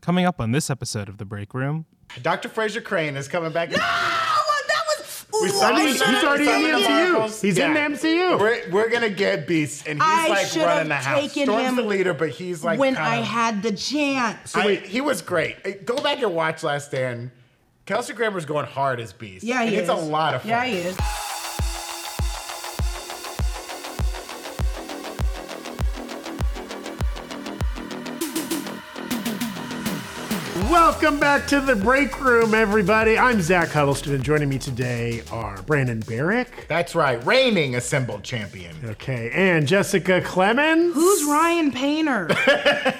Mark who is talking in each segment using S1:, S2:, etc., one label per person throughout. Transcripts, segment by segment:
S1: Coming up on this episode of The Break Room.
S2: Dr. Fraser Crane is coming back.
S3: No, Oh, that was.
S2: We
S3: Ooh,
S2: signed
S3: I
S2: him-
S3: should've-
S4: he's already in the
S2: signed him
S4: MCU.
S2: Marvels.
S4: He's in the MCU.
S2: We're, we're gonna get Beast, and he's
S3: I
S2: like
S3: should've
S2: running the house.
S3: taken
S2: Storm's
S3: him
S2: the leader, but he's like
S3: when
S2: kind
S3: I
S2: of-
S3: had the chance.
S2: I- he was great. Uh, Go back and watch Last Stand. Kelsey Grammer's going hard as Beast.
S3: yeah,
S2: and
S3: he
S2: it's
S3: is.
S2: a lot of fun.
S3: Yeah, he is.
S4: Welcome back to the break room, everybody. I'm Zach Huddleston, and joining me today are Brandon Barrick,
S2: That's right. Reigning assembled champion.
S4: okay, and Jessica Clemens.
S3: Who's Ryan Painter?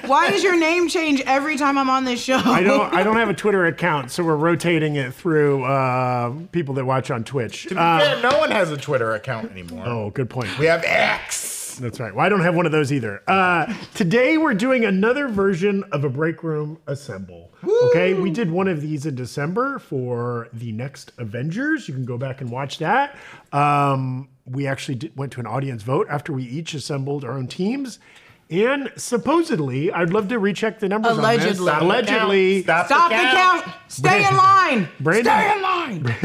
S3: Why does your name change every time I'm on this show?
S4: I don't. I don't have a Twitter account, so we're rotating it through uh, people that watch on Twitch. Uh,
S2: Man, no one has a Twitter account anymore.
S4: oh, good point.
S2: We have X.
S4: That's right. Well, I don't have one of those either. Uh, today we're doing another version of a break room assemble. Okay, we did one of these in December for the next Avengers. You can go back and watch that. Um, we actually did, went to an audience vote after we each assembled our own teams, and supposedly, I'd love to recheck the numbers. on this.
S3: Allegedly.
S4: allegedly,
S3: Stop the count. Stay in line.
S4: Brandon-
S3: Stay in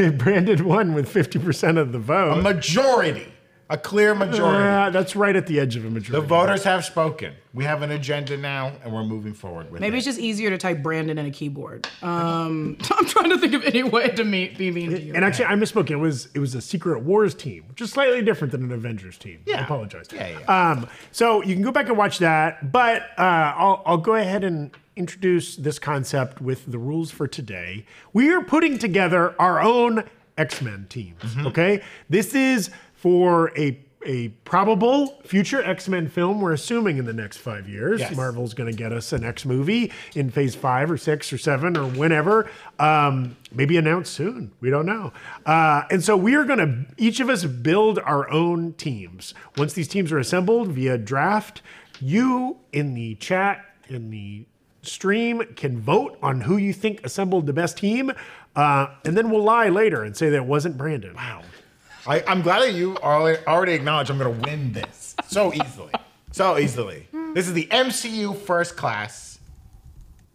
S3: line.
S4: Brandon won with fifty percent of the
S2: A
S4: vote.
S2: majority. A clear majority.
S4: Uh, that's right at the edge of a majority.
S2: the voters have spoken. We have an agenda now, and we're moving forward with
S3: Maybe
S2: it.
S3: it's just easier to type Brandon in a keyboard. Um, I'm trying to think of any way to meet, be mean to you.
S4: And actually, I misspoke. It was it was a Secret Wars team, which is slightly different than an Avengers team. I
S2: Yeah.
S4: apologize.
S2: Yeah, yeah.
S4: Um, so you can go back and watch that, but uh, I'll I'll go ahead and introduce this concept with the rules for today. We are putting together our own X Men teams.
S2: Mm-hmm.
S4: Okay, this is for a a probable future X Men film. We're assuming in the next five years,
S2: Yes.
S4: Marvel's going to get us an X movie in Phase Five or Six or Seven or whenever. Um, maybe announced soon. We don't know. Uh, and so we are going to each of us build our own teams. Once these teams are assembled via draft, you in the chat in the stream can vote on who you think assembled the best team, uh, and then we'll lie later and say that it wasn't Brandon. Wow.
S2: I, I'm glad that you al- already acknowledge I'm going to win this so easily. So easily. This is the MCU first class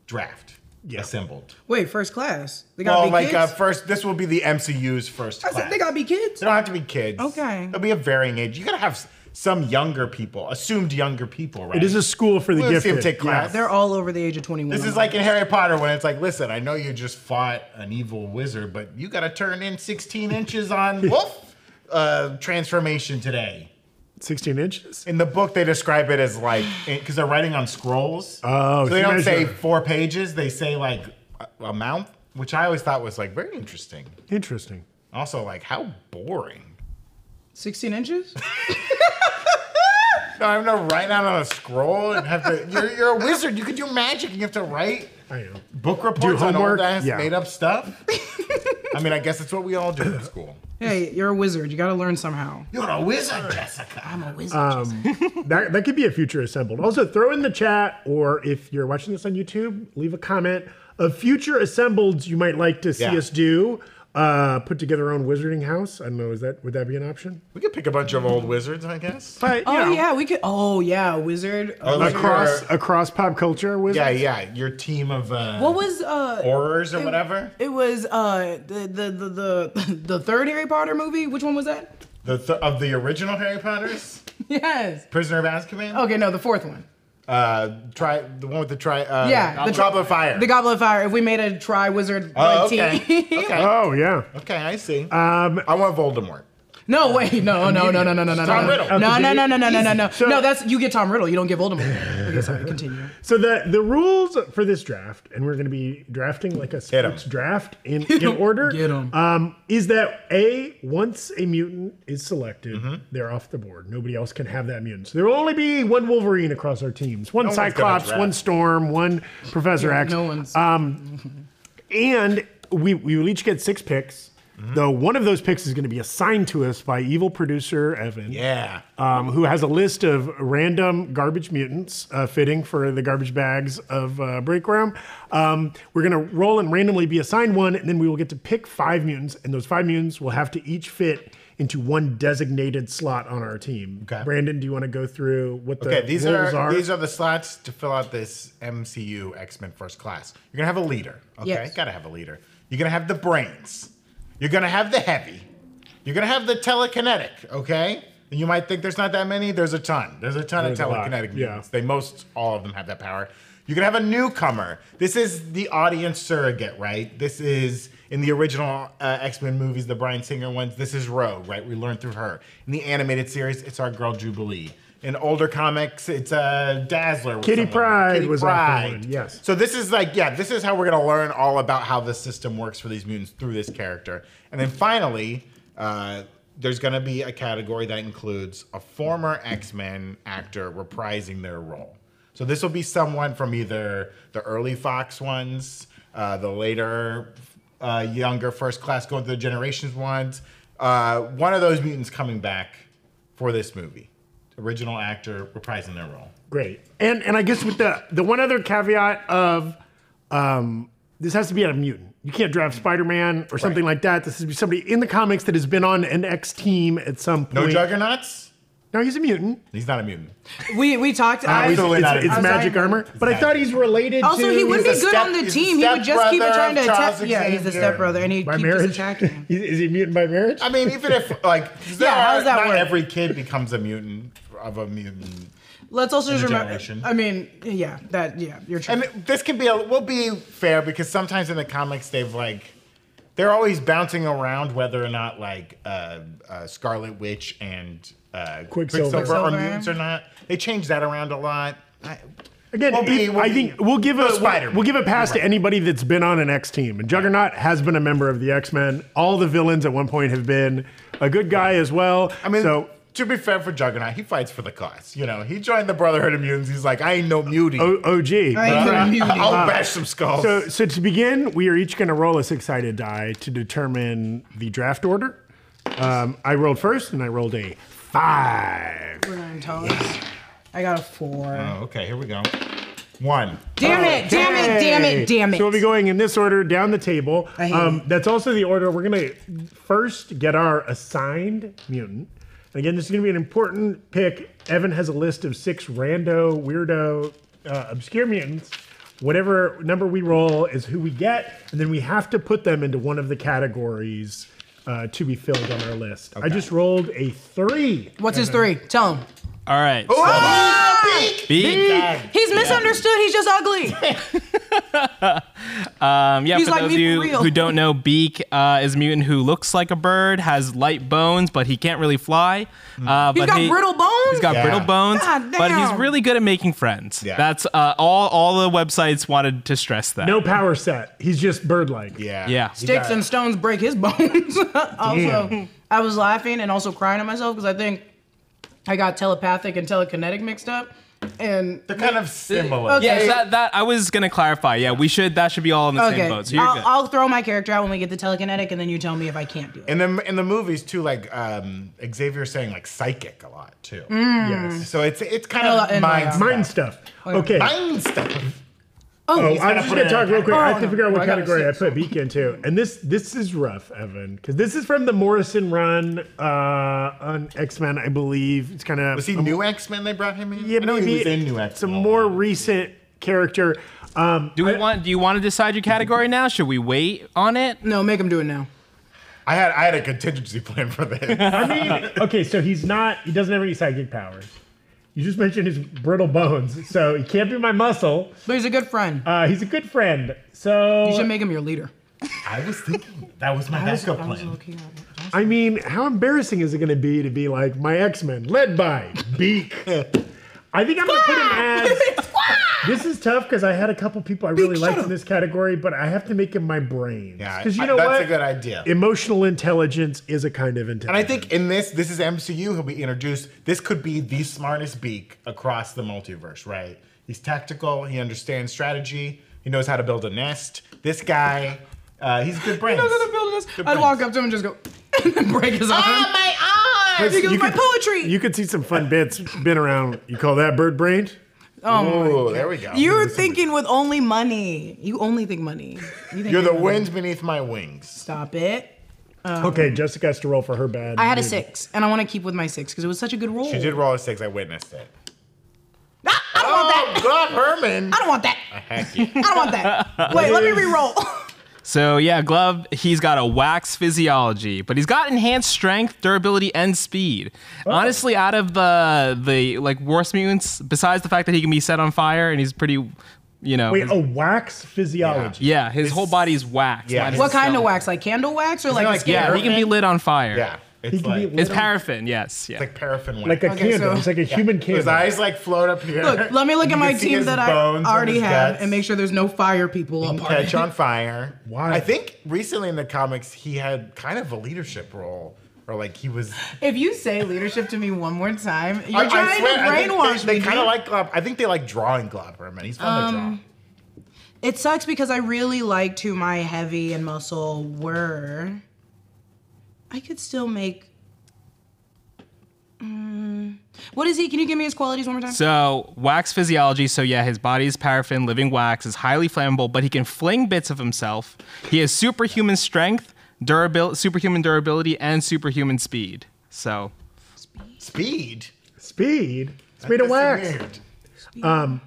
S2: draft
S4: Yeah.
S2: assembled.
S3: Wait, first class. They gotta
S2: Well,
S3: be
S2: like
S3: kids.
S2: uh, first, this will be the MCU's first
S3: I
S2: class.
S3: said they gotta be kids.
S2: They don't have to be kids.
S3: Okay.
S2: They'll be a varying age. You got to have s- some younger people, assumed younger people, right?
S4: It is a school for the
S2: We'll see him
S4: gifted.
S2: take class.
S3: They're all over the age of 21.
S2: This is like in Harry Potter when it's like, listen, I know you just fought an evil wizard, but you got to turn in 16 inches on wolf uh, transformation today.
S4: Sixteen inches.
S2: In the book, they describe it as like because they're writing on scrolls.
S4: Oh,
S2: so they
S4: it's
S2: don't say
S4: measure.
S2: four pages; they say like a- a mount, which I always thought was like very interesting.
S4: Interesting.
S2: Also, like how boring.
S3: 16 inches?
S2: No, I'm gonna write out on a scroll and have to. You're, you're a wizard. You can do magic, and you have to write
S4: I know.
S2: book reports on
S4: homework?
S2: old ass
S4: Yeah.
S2: made up stuff. I mean, I guess that's what we all do in school.
S3: hey, you're a wizard. You gotta learn somehow.
S2: You're a wizard, Jessica.
S3: I'm a wizard.
S2: Um,
S4: that, that could be a future assembled. Also, throw in the chat, or if you're watching this on YouTube, leave a comment of future assembleds you might like to see
S2: Yeah.
S4: us do. Uh, put together our own wizarding house. I don't know. Is that would that be an option?
S2: We could pick a bunch of old wizards, I guess.
S4: But you
S3: oh,
S4: know,
S3: yeah, we could. Oh, yeah, wizard. Uh,
S2: Oh, like-
S4: across
S2: Sure.
S4: across pop culture wizard.
S2: Yeah, yeah. Your team of uh,
S3: what was. uh?
S2: horrors or whatever.
S3: It was uh the the, the the the third Harry Potter movie. Which one was that?
S2: The th- of the original Harry Potter's
S3: Yes.
S2: Prisoner of Azkaban.
S3: Okay, no, the fourth one.
S2: Uh, try the one with the try. Uh,
S3: Oh. Yeah,
S2: the
S3: the
S2: Goblet of Fire.
S3: The Goblet of Fire. If we made a Tri Wizard
S2: oh,
S3: like,
S2: okay.
S3: team.
S2: okay,
S4: Oh yeah.
S2: okay, I see. Um, I want Voldemort.
S3: No, wait, no, no, no, no, no, no, no,
S2: Tom
S3: no,
S2: Riddle.
S3: no, no, no, no, no, no, no, no,
S4: So-
S3: no. That's you get Tom Riddle. You don't get Voldemort. Okay, sorry. Continue.
S4: So the the rules for this draft, and we're going to be drafting like a
S2: Get 'em.
S4: sports draft in, in order.
S3: Get 'em.
S4: Um, is that a once a mutant is selected,
S2: Mm-hmm.
S4: they're off the board. Nobody else can have that mutant. So there will only be one Wolverine across our teams, one
S2: one's gonna
S4: Cyclops,
S2: draft.
S4: one Storm, one Professor X. Uh,
S3: No one's.
S2: Uh,
S4: And we, we will each get six picks,
S2: Mm-hmm.
S4: though one of those picks is going to be assigned to us by evil producer Evan,
S2: Yeah.
S4: um, who has a list of random garbage mutants uh, fitting for the garbage bags of uh, Break Room. Um, we're going to roll and randomly be assigned one, and then we will get to pick five mutants, and those five mutants will have to each fit into one designated slot on our team.
S2: Okay.
S4: Brandon, do you want to go through what the
S2: Okay, these
S4: roles
S2: are,
S4: are?
S2: these are the slots to fill out this MCU X Men First Class. You're gonna have a leader. Okay,
S3: Yes.
S2: gotta have a leader. You're gonna have the brains. You're gonna have the heavy. You're gonna have the telekinetic. Okay, and you might think there's not that many. There's a ton. There's a ton
S4: There's a
S2: of
S4: lot,
S2: telekinetic
S4: yeah.
S2: mutants. They most all of them have that power. You're gonna have a newcomer. This is the audience surrogate, right? This is in the original uh, X Men movies, the Brian Singer ones. This is Ro, right? We learned through her. In the animated series, it's our girl Jubilee. In older comics, it's uh, Dazzler. with
S4: Kitty
S2: someone.
S4: Pryde was our
S2: Pryde.
S4: villain, yes.
S2: So this is like, yeah, this is how we're gonna learn all about how the system works for these mutants through this character. And then finally, uh, there's gonna be a category that includes a former X-Men actor reprising their role. So this will be someone from either the early Fox ones, uh, the later, uh, younger first class going through the generations ones. Uh, one of those mutants coming back for this movie. Original actor reprising their role.
S4: Great. And and I guess with the the one other caveat of um, this has to be a mutant. You can't draft Spider-Man or something like that. This is somebody in the comics that has been on an X team at some point.
S2: No juggernauts?
S4: No, he's a mutant.
S2: He's not a mutant.
S3: We we talked. I,
S2: Absolutely
S4: it's
S2: not a
S4: it's
S2: mutant.
S4: magic
S3: Sorry.
S4: armor. But I thought he's related
S3: also,
S4: to
S3: he would be
S2: he's
S3: good
S2: a step-
S3: on the
S2: he's a
S3: team. He would just keep
S2: stepbrother
S3: trying to
S2: of
S3: attack.
S2: Charles
S3: Yeah, he's the
S2: Xavier.
S3: stepbrother, and he
S4: by
S3: keeps
S4: marriage.
S3: attacking him.
S4: Is- is he a mutant by marriage?
S2: I mean, even if like there
S3: how
S2: are-
S3: does that
S2: not
S3: work?
S2: every kid becomes a mutant of a mutant.
S3: Let's also just
S2: the
S3: remember.
S2: generation.
S3: I mean, yeah, that yeah, you're true.
S2: And this can be a we'll be fair because sometimes in the comics they've like they're always bouncing around whether or not like uh, uh, Scarlet Witch and uh,
S4: Quicksilver.
S2: are
S3: Quicksilver.
S2: mutants or not. They change that around a lot. I,
S4: Again,
S2: We'll be-
S4: if-
S2: we'll
S4: I
S2: be-
S4: think we'll give a we'll-
S2: Spider-Man.
S4: we'll give a pass to anybody that's been on an X team. And Juggernaut has been a member of the X Men. All the villains at one point have been a good guy as well.
S2: I mean,
S4: so
S2: to be fair for Juggernaut, he fights for the cause. You know, he joined the Brotherhood of Mutants. He's like, I ain't no mutant.
S4: O- OG.
S3: I ain't no mutant.
S2: I'll bash some skulls.
S4: So, so to begin, we are each going to roll a six-sided die to determine the draft order. Um, I rolled first, and I rolled a five.
S3: We're gonna tell us. I got a four.
S2: Oh, okay, here we go. One.
S3: damn it! Damn it! Damn it! Damn it!
S4: So we'll be going in this order down the table.
S3: I hate
S4: Um, that's also the order we're going to first get our assigned mutant. And again, this is going to be an important pick. Evan has a list of six rando, weirdo, uh, obscure mutants. Whatever number we roll is who we get, and then we have to put them into one of the categories uh, to be filled on our list. I just rolled a three.
S3: What's his three? Tell him.
S1: All right.
S3: ah,
S2: Oh, beak!
S3: He's misunderstood. He's just ugly.
S1: Um, yeah,
S3: He's
S1: for
S3: like
S1: those
S3: me
S1: of you
S3: for real.
S1: who don't know, Beak uh, is a mutant who looks like a bird, has light bones, but he can't really fly. Uh,
S3: He's
S1: but
S3: got
S1: he-
S3: brittle bones.
S1: He's got
S2: Yeah.
S1: brittle bones,
S3: God
S1: but he's
S3: damn.
S1: really good at making friends.
S2: Yeah.
S1: That's uh, all. All the websites wanted to stress that.
S4: No power set. He's just bird-like.
S2: Yeah.
S1: Yeah.
S3: Sticks
S2: got-
S3: and stones break his bones. also,
S4: Damn.
S3: I was laughing and also crying at myself because I think I got telepathic and telekinetic mixed up. And
S2: They're kind of similar.
S3: Okay.
S1: Yeah, that, that I was gonna clarify. Yeah, we should. That should be all in the
S3: okay,
S1: same boat. So you're
S3: I'll,
S1: good.
S3: I'll throw my character out when we get the telekinetic, and then you tell me if I can't do it.
S2: In the in the movies too, like um, Xavier's saying like psychic a lot too.
S4: Yes.
S2: So it's it's kind
S3: And Mm. a lot-
S2: of
S3: and
S2: mind
S3: a lot.
S2: stuff.
S4: Mind stuff. Okay.
S2: Mind stuff.
S4: Oh, I was just gonna talk real quick. I have to
S3: Oh,
S4: figure out
S3: I
S4: what
S3: got a
S4: category I
S3: six.
S4: put Beak into, and this this is rough, Evan, because this is from the Morrison run uh, on X Men, I believe. It's kind of
S2: Was he new X Men? They brought him in.
S4: yeah,
S2: I know he
S4: maybe
S2: was in new X
S4: Some
S2: Men.
S4: more recent character. Um,
S1: do we want? Do you want to decide your category now? Should we wait on it?
S3: No, make him do it now.
S2: I had I had a contingency plan for this.
S4: I mean, okay, so he's not. He doesn't have any psychic powers. You just mentioned his brittle bones, so he can't be my muscle.
S3: But he's a good friend.
S4: Uh, he's a good friend, so
S3: you should make him your leader.
S2: I was thinking that was my
S3: I was-
S2: backup
S3: I was
S2: plan.
S3: okay on it.
S4: I mean, how embarrassing is it going to be to be like my X Men, led by Beak? I think I'm going to put him as. This is tough because I had a couple people I really
S3: shut
S4: liked
S3: up.
S4: in this category, but I have to make him my brain.
S2: Yeah,
S4: because you
S2: I-
S4: know
S2: that's
S4: what?
S2: a good idea.
S4: Emotional intelligence is a kind of
S2: And I
S4: intelligence.
S2: think in this, this is MCU. He'll be introduced. This could be the smartest beak across the multiverse, right? He's tactical. He understands strategy. He knows how to build a nest. This guy, uh, he's good brains.
S3: I'm gonna build this.
S2: Good
S3: I'd
S2: brains.
S3: walk up to him and just go, and then break his arm.
S2: Ah, my arm!
S3: Because my poetry.
S4: You could see some fun bits been around. You call that bird brained?
S2: Oh, there we go.
S3: You're thinking with only money. You only think money. You think
S2: You're the
S3: money.
S2: wind beneath my wings.
S3: Stop it.
S4: okay, Jessica has to roll for her bad.
S3: Uh-huh. I had a six, and I want to keep with my six because it was such a good roll.
S2: She did roll a six. I witnessed it.
S3: Ah, I don't want that.
S2: Oh God, Herman!
S3: I don't want that.
S2: Heck yeah.
S3: I don't want that. Wait, let me re-roll.
S1: So yeah, Glove, he's got a wax physiology, but he's got enhanced strength, durability, and speed.
S2: Oh.
S1: Honestly, out of the the like worst mutants, besides the fact that he can be set on fire and he's pretty you know
S4: Wait,
S1: his-
S2: oh.
S4: a wax physiology.
S1: yeah, his whole body's wax.
S2: Yeah.
S1: minus
S3: what
S1: his
S3: kind of
S1: stomach.
S3: wax? Like candle wax or like,
S2: like
S3: skin
S1: Yeah, he can be lit on fire.
S2: Yeah, it's
S4: He can be
S2: like,
S4: lit-
S1: It's paraffin, yes. Yeah.
S2: like paraffin.
S4: Like a
S3: Okay,
S4: candle.
S3: so-
S4: it's like a human
S2: His
S4: candle.
S2: eyes like float up here.
S3: Look, let me look
S2: You
S3: at my
S2: can see
S3: team
S2: his
S3: that
S2: bones
S3: I
S2: and
S3: already
S2: his
S3: have
S2: guts.
S3: and make sure there's no fire people up on
S2: catch
S3: it.
S2: on fire.
S4: Why?
S2: I think recently in the comics he had kind of a leadership role, or like he was.
S3: If you say leadership to me one more time, you're
S2: I- I
S3: trying
S2: swear, I
S3: to
S2: think
S3: brainwash
S2: They,
S3: me.
S2: they kind of
S3: dude. Um,
S2: like Glob. I think they like drawing Glob Herman. He's fun to
S3: it sucks because I really liked who my heavy and muscle were. I could still make. Mm. what is he? Can you give me his qualities one more time?
S1: So, wax physiology. So, yeah, his body is paraffin, living wax, is highly flammable, but he can fling bits of himself. He has superhuman strength, durabil- superhuman durability, and superhuman speed. So,
S2: draw. Speed.
S4: Speed. Speed
S2: That's
S4: of wax.
S2: weird.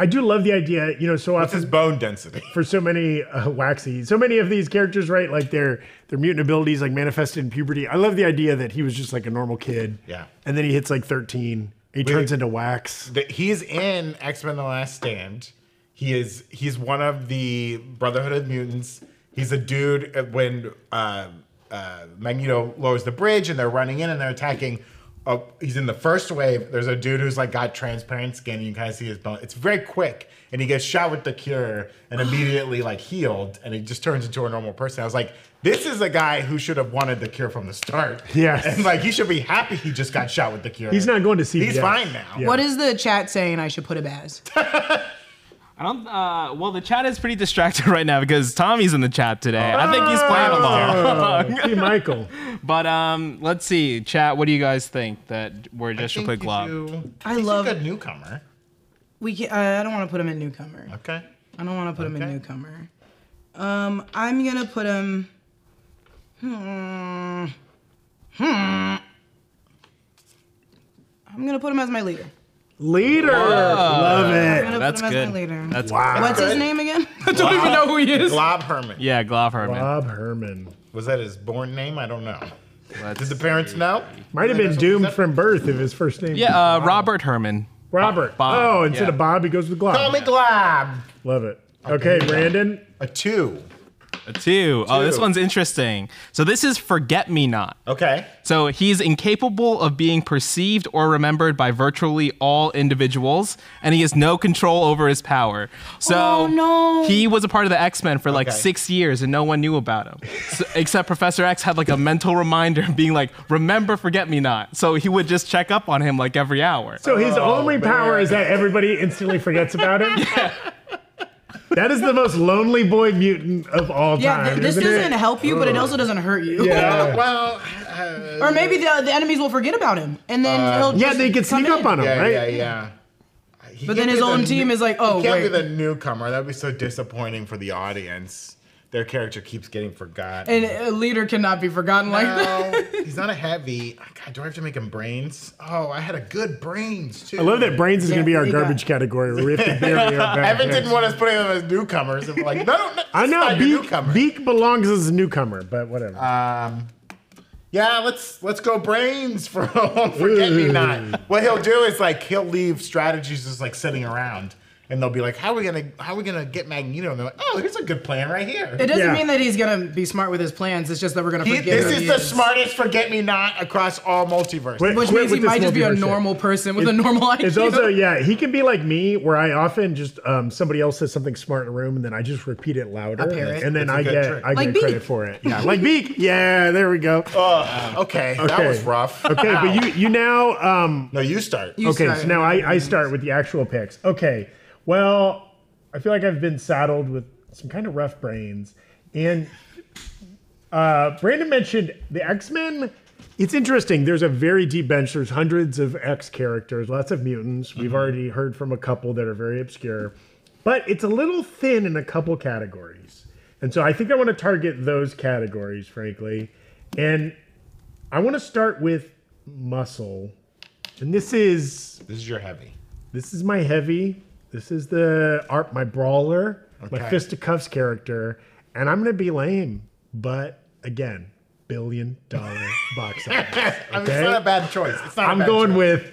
S4: I do love the idea, you know, so
S2: What's
S4: often
S2: his bone density?
S4: for so many uh, waxy, so many of these characters, right? Like their their mutant abilities, like manifested in puberty. I love the idea that he was just like a normal kid.
S2: Yeah.
S4: And then he hits like 13. He turns into wax.
S2: that he's in X Men: The Last Stand. He is he's one of the Brotherhood of Mutants. He's a dude uh, when uh, uh, Magneto lowers the bridge and they're running in and they're attacking. Uh, he's in the first wave. There's a dude who's like got transparent skin. And you can kind of see his bone. It's very quick, and he gets shot with the cure and immediately like healed, and he just turns into a normal person. I was like, this is a guy who should have wanted the cure from the start.
S4: Yes.
S2: and like he should be happy he just got shot with the cure.
S4: He's not going to CVS.
S2: He's fine now.
S4: Yeah.
S3: What is the chat saying I should put him as?
S1: I don't. Uh, well, the chat is pretty distracted right now because Tommy's in the chat today. I think he's
S4: Oh,
S1: playing
S2: Oh.
S1: along.
S4: See, Michael.
S1: but um, let's see, chat. What do you guys think that we're just should put
S2: think you
S1: Glob?
S2: do-
S3: I
S2: He's
S3: love-
S2: a good newcomer.
S3: We can, uh, I don't want to put him in newcomer.
S2: Okay.
S3: I don't want to put him in
S2: Okay.
S3: newcomer. Um, I'm gonna put him. Hmm. Hmm. I'm gonna put him as my leader.
S4: Leader. Love it.
S3: I'm gonna
S1: That's
S3: put him as
S1: good.
S3: my leader.
S1: That's
S4: Wow.
S3: What's his
S2: good.
S3: name again? I don't even know who he is.
S2: Glob Herman.
S1: yeah, Glob Herman.
S4: Bob Herman.
S2: Was that his born name? I don't know.
S1: Let's-
S2: Did the parents know?
S4: Might have been doomed from birth if his first name was
S1: yeah, uh, Robert Herman.
S4: Robert.
S1: Bob,
S4: Oh, instead
S1: yeah.
S4: of Bob, he goes with Glob.
S2: Call me Glob.
S4: Love it. Okay, Brandon.
S2: A two.
S1: A two. Oh, this
S2: Two.
S1: one's interesting. So this is Forget Me Not.
S2: Okay.
S1: So he's incapable of being perceived or remembered by virtually all individuals, and he has no control over his power. So
S3: Oh, no.
S1: he was a part of the X Men for like
S2: Okay.
S1: six years, and no one knew about him, so, except Professor X had like a mental reminder, being like, "Remember, Forget Me Not." So he would just check up on him like every hour.
S4: So his
S2: Oh,
S4: only power is that everybody instantly forgets about him. That is the most lonely boy mutant of all
S3: Yeah,
S4: time.
S3: th- this
S4: isn't it?
S3: doesn't help you, but it also doesn't hurt you.
S4: Yeah.
S2: Well, uh,
S3: or maybe the, the enemies will forget about him, and then he'll
S4: Uh, Yeah,
S3: just
S4: they could
S3: come
S4: sneak up
S3: in.
S4: on him,
S2: yeah,
S4: right?
S2: yeah, yeah. He
S3: But
S2: can't
S3: then his
S2: be the
S3: own team
S2: new-
S3: is like, oh
S2: he can't
S3: wait,
S2: be the newcomer. That'd be so disappointing for the audience. Their character keeps getting forgotten.
S3: and a leader cannot be forgotten like that.
S2: No, he's not a heavy. God, do I have to make him brains? Oh, I had a good brains too.
S4: I love that brains is going to be our
S3: Yeah, yeah.
S4: garbage category where we have to bury our bad
S2: Evan
S4: guys.
S2: didn't want us putting them as newcomers. And we're like, no, no, no
S4: I know
S2: not your
S4: Beak,
S2: newcomer.
S4: Beak belongs as a newcomer, but whatever.
S2: Um, yeah, let's let's go brains for forget me not. What he'll do is like he'll leave strategies just like sitting around, and they'll be like, "How are we gonna how are we gonna get Magneto?" And they're like, "Oh, here's a good plan right here."
S3: It doesn't
S4: Yeah.
S3: mean that he's gonna be smart with his plans. It's just that we're gonna
S2: He-
S3: forget.
S2: this
S3: who
S2: is
S3: he
S2: the smartest forget me not across all multiverses.
S4: Wait,
S3: Which
S4: quit
S3: means
S4: with
S3: he
S4: this
S3: might just be a
S4: multiverse shit.
S3: normal person with a normal IQ.
S4: It's also yeah, he can be like me, where I often just um, somebody else says something smart in a room, and then I just repeat it louder,
S3: parrot.
S4: and then
S2: That's a
S4: I
S2: good
S4: get
S2: trick.
S4: I
S3: Like
S4: get
S3: Beak.
S4: credit for it. Yeah, like Beak. Yeah, there we go.
S2: okay, that
S4: Okay.
S2: was rough.
S4: Okay, but you you now um,
S2: no, you start.
S3: You
S4: okay.
S3: start.
S4: So now I, I start with the actual picks. Okay, well I feel like I've been saddled with some kind of rough brains, and uh, Brandon mentioned the X Men. It's interesting. There's a very deep bench. There's hundreds of X characters, lots of mutants.
S2: Mm-hmm.
S4: We've already heard from a couple that are very obscure, but it's a little thin in a couple categories. And so I think I want to target those categories, frankly. And I want to start with muscle. And this is
S2: This is your heavy.
S4: this is my heavy. This is the art my brawler, my
S2: Okay.
S4: fisticuffs character, and I'm gonna be lame, but again, billion dollar box office.
S2: I mean,
S4: Okay.
S2: it's not a bad choice. It's not. a
S4: I'm
S2: bad
S4: going
S2: choice.
S4: with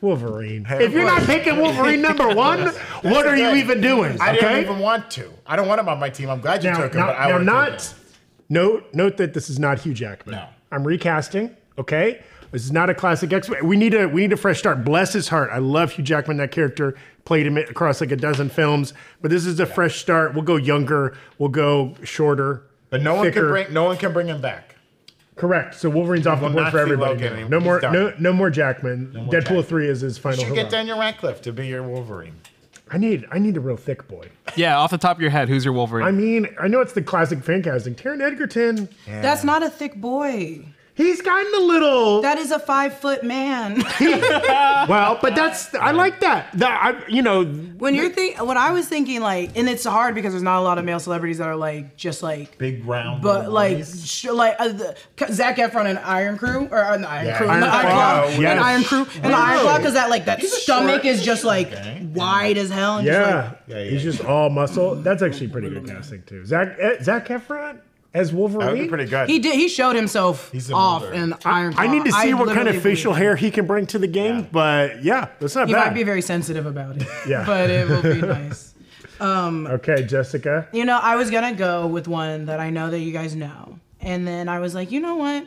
S4: Wolverine. If you're not
S2: Wolverine.
S4: picking Wolverine number one, what are you
S2: thing.
S4: even doing?
S2: I
S4: okay?
S2: didn't even want to. I don't want him on my team. I'm glad you
S4: now,
S2: took him,
S4: now-
S2: but I
S4: now
S2: would
S4: not note note that this is not Hugh Jackman.
S2: No.
S4: I'm recasting. Okay, this is not a classic X. We need a we need a fresh start. Bless his heart. I love Hugh Jackman. That character played him across like a dozen films, but this is a fresh start. We'll go younger. We'll go shorter.
S2: But no one
S4: thicker.
S2: can bring. No one can bring him back.
S4: Correct. So Wolverine's off the
S2: will
S4: board
S2: not
S4: for
S2: see
S4: everybody.
S2: Logan
S4: now.
S2: anymore.
S4: No
S2: He's
S4: more.
S2: done.
S4: No, no more Jackman.
S2: more
S4: Deadpool
S2: Jackman.
S4: three is his final.
S2: You should
S4: hurrah.
S2: get Daniel Radcliffe to be your Wolverine.
S4: I need. I need a real thick boy.
S1: Yeah, off the top of your head, who's your Wolverine?
S4: I mean, I know it's the classic fan casting. Taron Edgerton.
S3: That's not a thick boy.
S4: He's gotten a little.
S3: That is a five foot man.
S4: Well, but that's I like that. That I, you know,
S3: when you're think, what I was thinking, like, and it's hard because there's not a lot of male celebrities that are like just like
S2: Big round.
S3: But
S2: little
S3: like,
S2: boys.
S3: sh- like uh, the, Zach Efron and Iron Crew, or uh, the Iron
S2: Yeah,
S3: Crew,
S2: Iron
S3: and the Iron
S2: Claw,
S3: Claw,
S4: yes.
S3: and Iron Crew, and the Iron Claw, because that like that
S2: He's a
S3: stomach
S2: short-
S3: is just like
S2: Okay.
S3: wide as hell. And
S4: yeah,
S2: Yeah, yeah,
S4: he's
S2: yeah.
S4: just all muscle. That's actually pretty good casting too. Zach eh, Zach Efron as
S2: that would be
S4: Wolverine.
S2: pretty
S3: just, like,
S2: good.
S3: he did. He showed himself
S2: He's a
S3: off
S2: molder.
S3: in Iron Claw.
S4: I need to see what kind
S3: literally
S4: of facial
S3: believe-
S4: hair he can bring to the game,
S2: Yeah.
S4: but yeah, that's not
S3: He
S4: bad.
S3: might be very sensitive about it.
S4: Yeah.
S3: but it will be nice.
S4: okay, Jessica.
S3: You know, I was gonna go with one that I know that you guys know. And then I was like, you know what?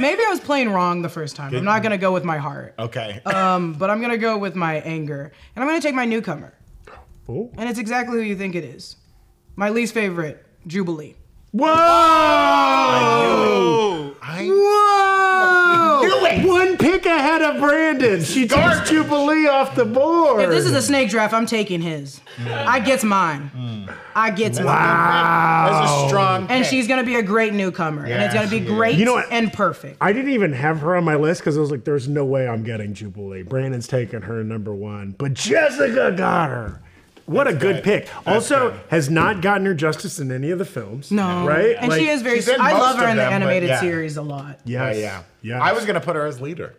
S3: Maybe I was playing wrong the first time. I'm not gonna go with my heart. Um,
S2: okay.
S3: but I'm gonna go with my anger, and I'm gonna take my newcomer,
S4: Ooh.
S3: and it's exactly who you think it is. My least favorite, Jubilee. Oh.
S4: Whoa!
S2: I,
S4: Whoa! One pick ahead of Brandon. She takes Jubilee off the board.
S3: If this is a snake draft, I'm taking his.
S2: Mm.
S3: I gets mine. I gets mine.
S4: Ah.
S2: that's
S4: Oh.
S2: a strong.
S3: And
S2: pick.
S3: she's gonna be a great newcomer, and it's
S2: Yeah,
S3: gonna be
S2: she is.
S3: great
S4: You know what?
S3: and perfect.
S4: I didn't even have her on my list because I was like, there's no way I'm getting Jubilee. Brandon's taking her number one, but Jessica got her. What a good,
S2: good.
S4: pick.
S2: That's
S4: also,
S2: good.
S4: has not gotten her justice in any of the films.
S3: No,
S4: Right?
S3: And
S4: Like,
S3: she is very.
S2: she's in
S3: I love
S2: most
S3: her
S2: of
S3: in the
S2: them, but
S3: animated
S2: yeah.
S3: series a lot.
S4: Yes.
S2: yeah.
S4: Yes.
S2: I was gonna put her as leader,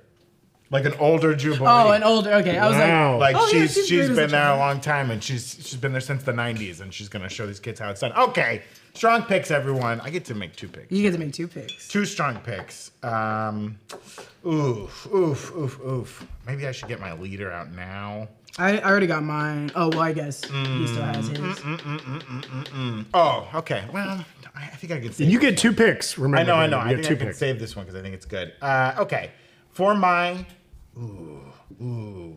S2: like an older Jubilee.
S3: Oh, an older. Okay, I was
S4: Wow.
S3: like,
S2: Like
S3: oh, yeah,
S2: she's
S3: she's great
S2: she's
S3: as a
S2: been there
S3: child.
S2: a long time, and she's she's been there since the '90s, and she's gonna show these kids how it's done. Okay, strong picks, everyone. I get to make two picks.
S3: you get to make two picks.
S2: Two strong picks. Um, oof, oof, oof, oof. Maybe I should get my leader out now.
S3: I, I already got mine. Oh well, I guess
S2: Mm,
S3: he still has his.
S2: Oh, okay. Well, I I think I can save.
S4: And you get two picks, remember?
S2: I know, I know.
S4: You
S2: I
S4: get
S2: think
S4: two
S2: I can
S4: picks.
S2: save this one because I think it's good. Uh, okay, for my, ooh, ooh,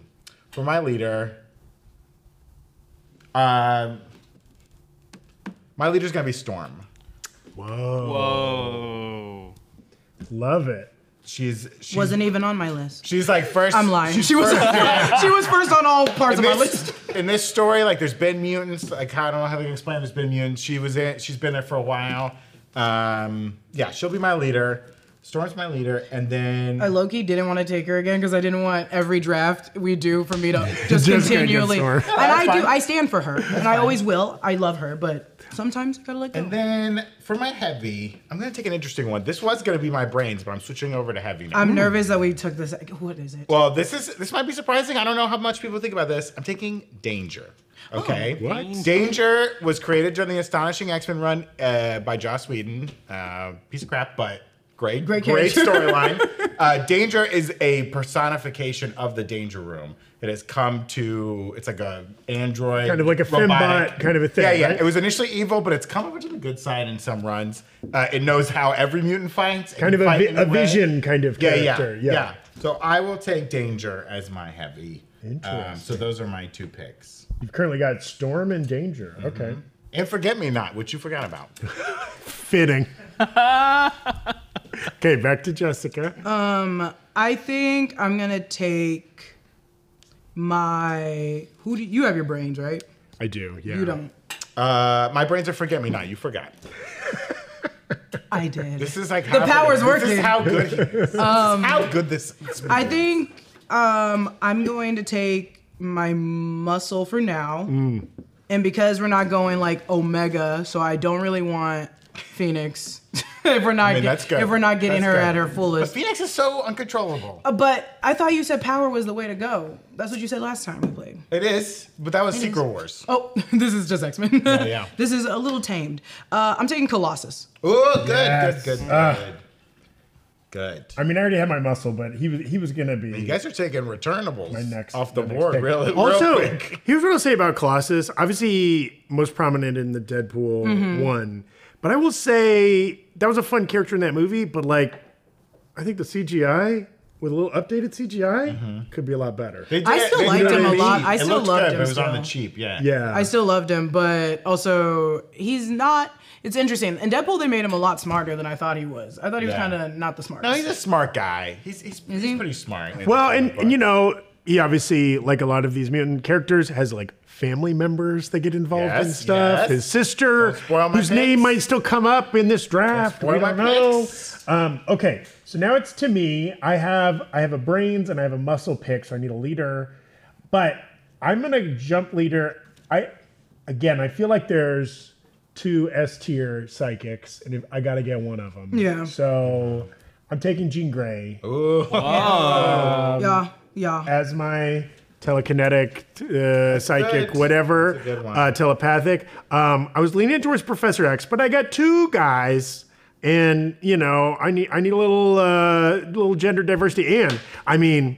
S2: for my leader. Um, my leader's gonna be Storm.
S1: Whoa.
S4: Whoa. Love it.
S2: She's she's,
S3: Wasn't even on my list.
S2: she's like first.
S3: I'm lying.
S2: she's
S3: She was.
S2: first-
S3: she was first on all parts
S2: in
S3: of my list.
S2: this, in this story, like there's been mutants. Like I don't know how to explain. There's been mutants. She was in. She's been there for a while. Um, yeah, she'll be my leader. Storm's my leader, and then
S3: I low key didn't want to take her again because I didn't want every draft we do for me to just,
S4: Just gonna get
S3: continually.
S4: sore.
S3: And I
S2: fine.
S3: do. I stand for her, and I always will. I love her, but sometimes I gotta let go.
S2: And then for my heavy, I'm gonna take an interesting one. This was gonna be my brains, but I'm switching over to heavy now.
S3: I'm nervous that we took this. What is it?
S2: Mm. well, this is this might be surprising. I don't know how much people think about this. I'm taking danger. Okay.
S4: Oh, what?
S2: Danger was created during the Astonishing X-Men run uh, by Joss Whedon. Uh, piece of crap, but great,
S3: Great
S2: great
S3: character.
S2: storyline. uh, danger is a personification of the Danger Room. It has come to. It's like a android,
S4: Kind of like a
S2: robotic-
S4: fembot kind of a thing,
S2: Yeah, yeah.
S4: right?
S2: It was initially evil, but it's come over to the good side in some runs. Uh, it knows how every mutant fights. it
S4: Kind
S2: can
S4: of a
S2: fight
S4: vi-
S2: in their
S4: a
S2: way.
S4: vision kind of
S2: Yeah,
S4: character,
S2: Yeah,
S4: yeah.
S2: yeah, So I will take danger as my heavy. Um, so
S4: Interesting.
S2: those are my two picks.
S4: You've currently got Storm and Danger.
S2: Mm-hmm.
S4: Okay.
S2: And forget me not, which you forgot about.
S4: Fitting. okay, back to Jessica.
S3: Uh, I think I'm gonna take my. Who do you have your brains right?
S4: I do, yeah.
S3: You don't.
S2: Uh, my brains are forget me not. You forgot.
S3: I did.
S2: This is like
S3: The
S2: how-
S3: power's
S2: This
S3: working. Um,
S2: is how good. he is. This is how good this. Is.
S3: I think um, I'm going to take my
S2: Mm.
S3: muscle for now. And because we're not going like Omega, so I don't really want Phoenix if we're not
S2: mean,
S3: get-
S2: that's good.
S3: if we're not getting
S2: That's
S3: her
S2: good.
S3: at her
S2: But
S3: fullest.
S2: Phoenix is so uncontrollable.
S3: Uh, But I thought you said power was the way to go. That's what you said last time we played.
S2: It is, but that was Secret Wars.
S3: Oh, this is just X Men.
S2: yeah.
S3: this is a little tamed. Uh, I'm taking Colossus.
S2: Oh, good,
S4: Yes.
S2: good, good,
S4: Ah.
S2: good. Good.
S4: I mean, I already had my muscle, but he was he was gonna be.
S2: You guys are taking returnables
S4: My next-
S2: off the
S4: my next
S2: board,
S4: pick. Oh,
S2: really. real
S4: Also,
S2: quick.
S4: here's what I'll say about Colossus. Obviously, most prominent in the Deadpool one, but I will say that was a fun character in that movie. But like, I think the CGI with a little updated CGI could be a lot better.
S2: Mm-hmm. They
S3: I
S2: did-
S3: still
S2: they
S3: liked
S2: did
S3: him a
S2: it.
S3: lot. I
S2: It
S3: still
S2: looked
S3: loved
S2: good,
S3: him
S2: but It was on
S3: still.
S2: the cheap, yeah.
S4: yeah,
S3: I still loved him, but also he's not. It's interesting. In Deadpool, they made him a lot smarter than I thought he was. I thought he was
S2: Yeah.
S3: kind of not the smartest.
S2: No, he's a smart guy. He's he's, he's
S3: he?
S2: pretty smart. in
S4: Well,
S2: the
S4: and,
S2: book.
S4: and you know, he obviously, like a lot of these mutant characters, has like family members that get involved in
S2: Yes,
S4: stuff.
S2: yes.
S4: His sister,
S2: Don't spoil my
S4: whose name
S2: picks.
S4: might still come up in this draft.
S2: Don't
S4: we
S2: spoil
S4: don't
S2: my
S4: know.
S2: picks.
S4: Um, okay, so now it's to me. I have I have a brains and I have a muscle pick, so I need a leader. But I'm gonna jump leader. I again, I feel like there's two S tier psychics, and if, I gotta get one of them.
S3: Yeah.
S4: So I'm taking Jean Grey
S3: yeah, yeah.
S4: as my telekinetic, uh, psychic,
S2: good.
S4: whatever,
S2: That's a good one.
S4: uh, telepathic. Um, I was leaning towards Professor X, but I got two guys, and you know, I need I need a little uh, little gender diversity. And I mean,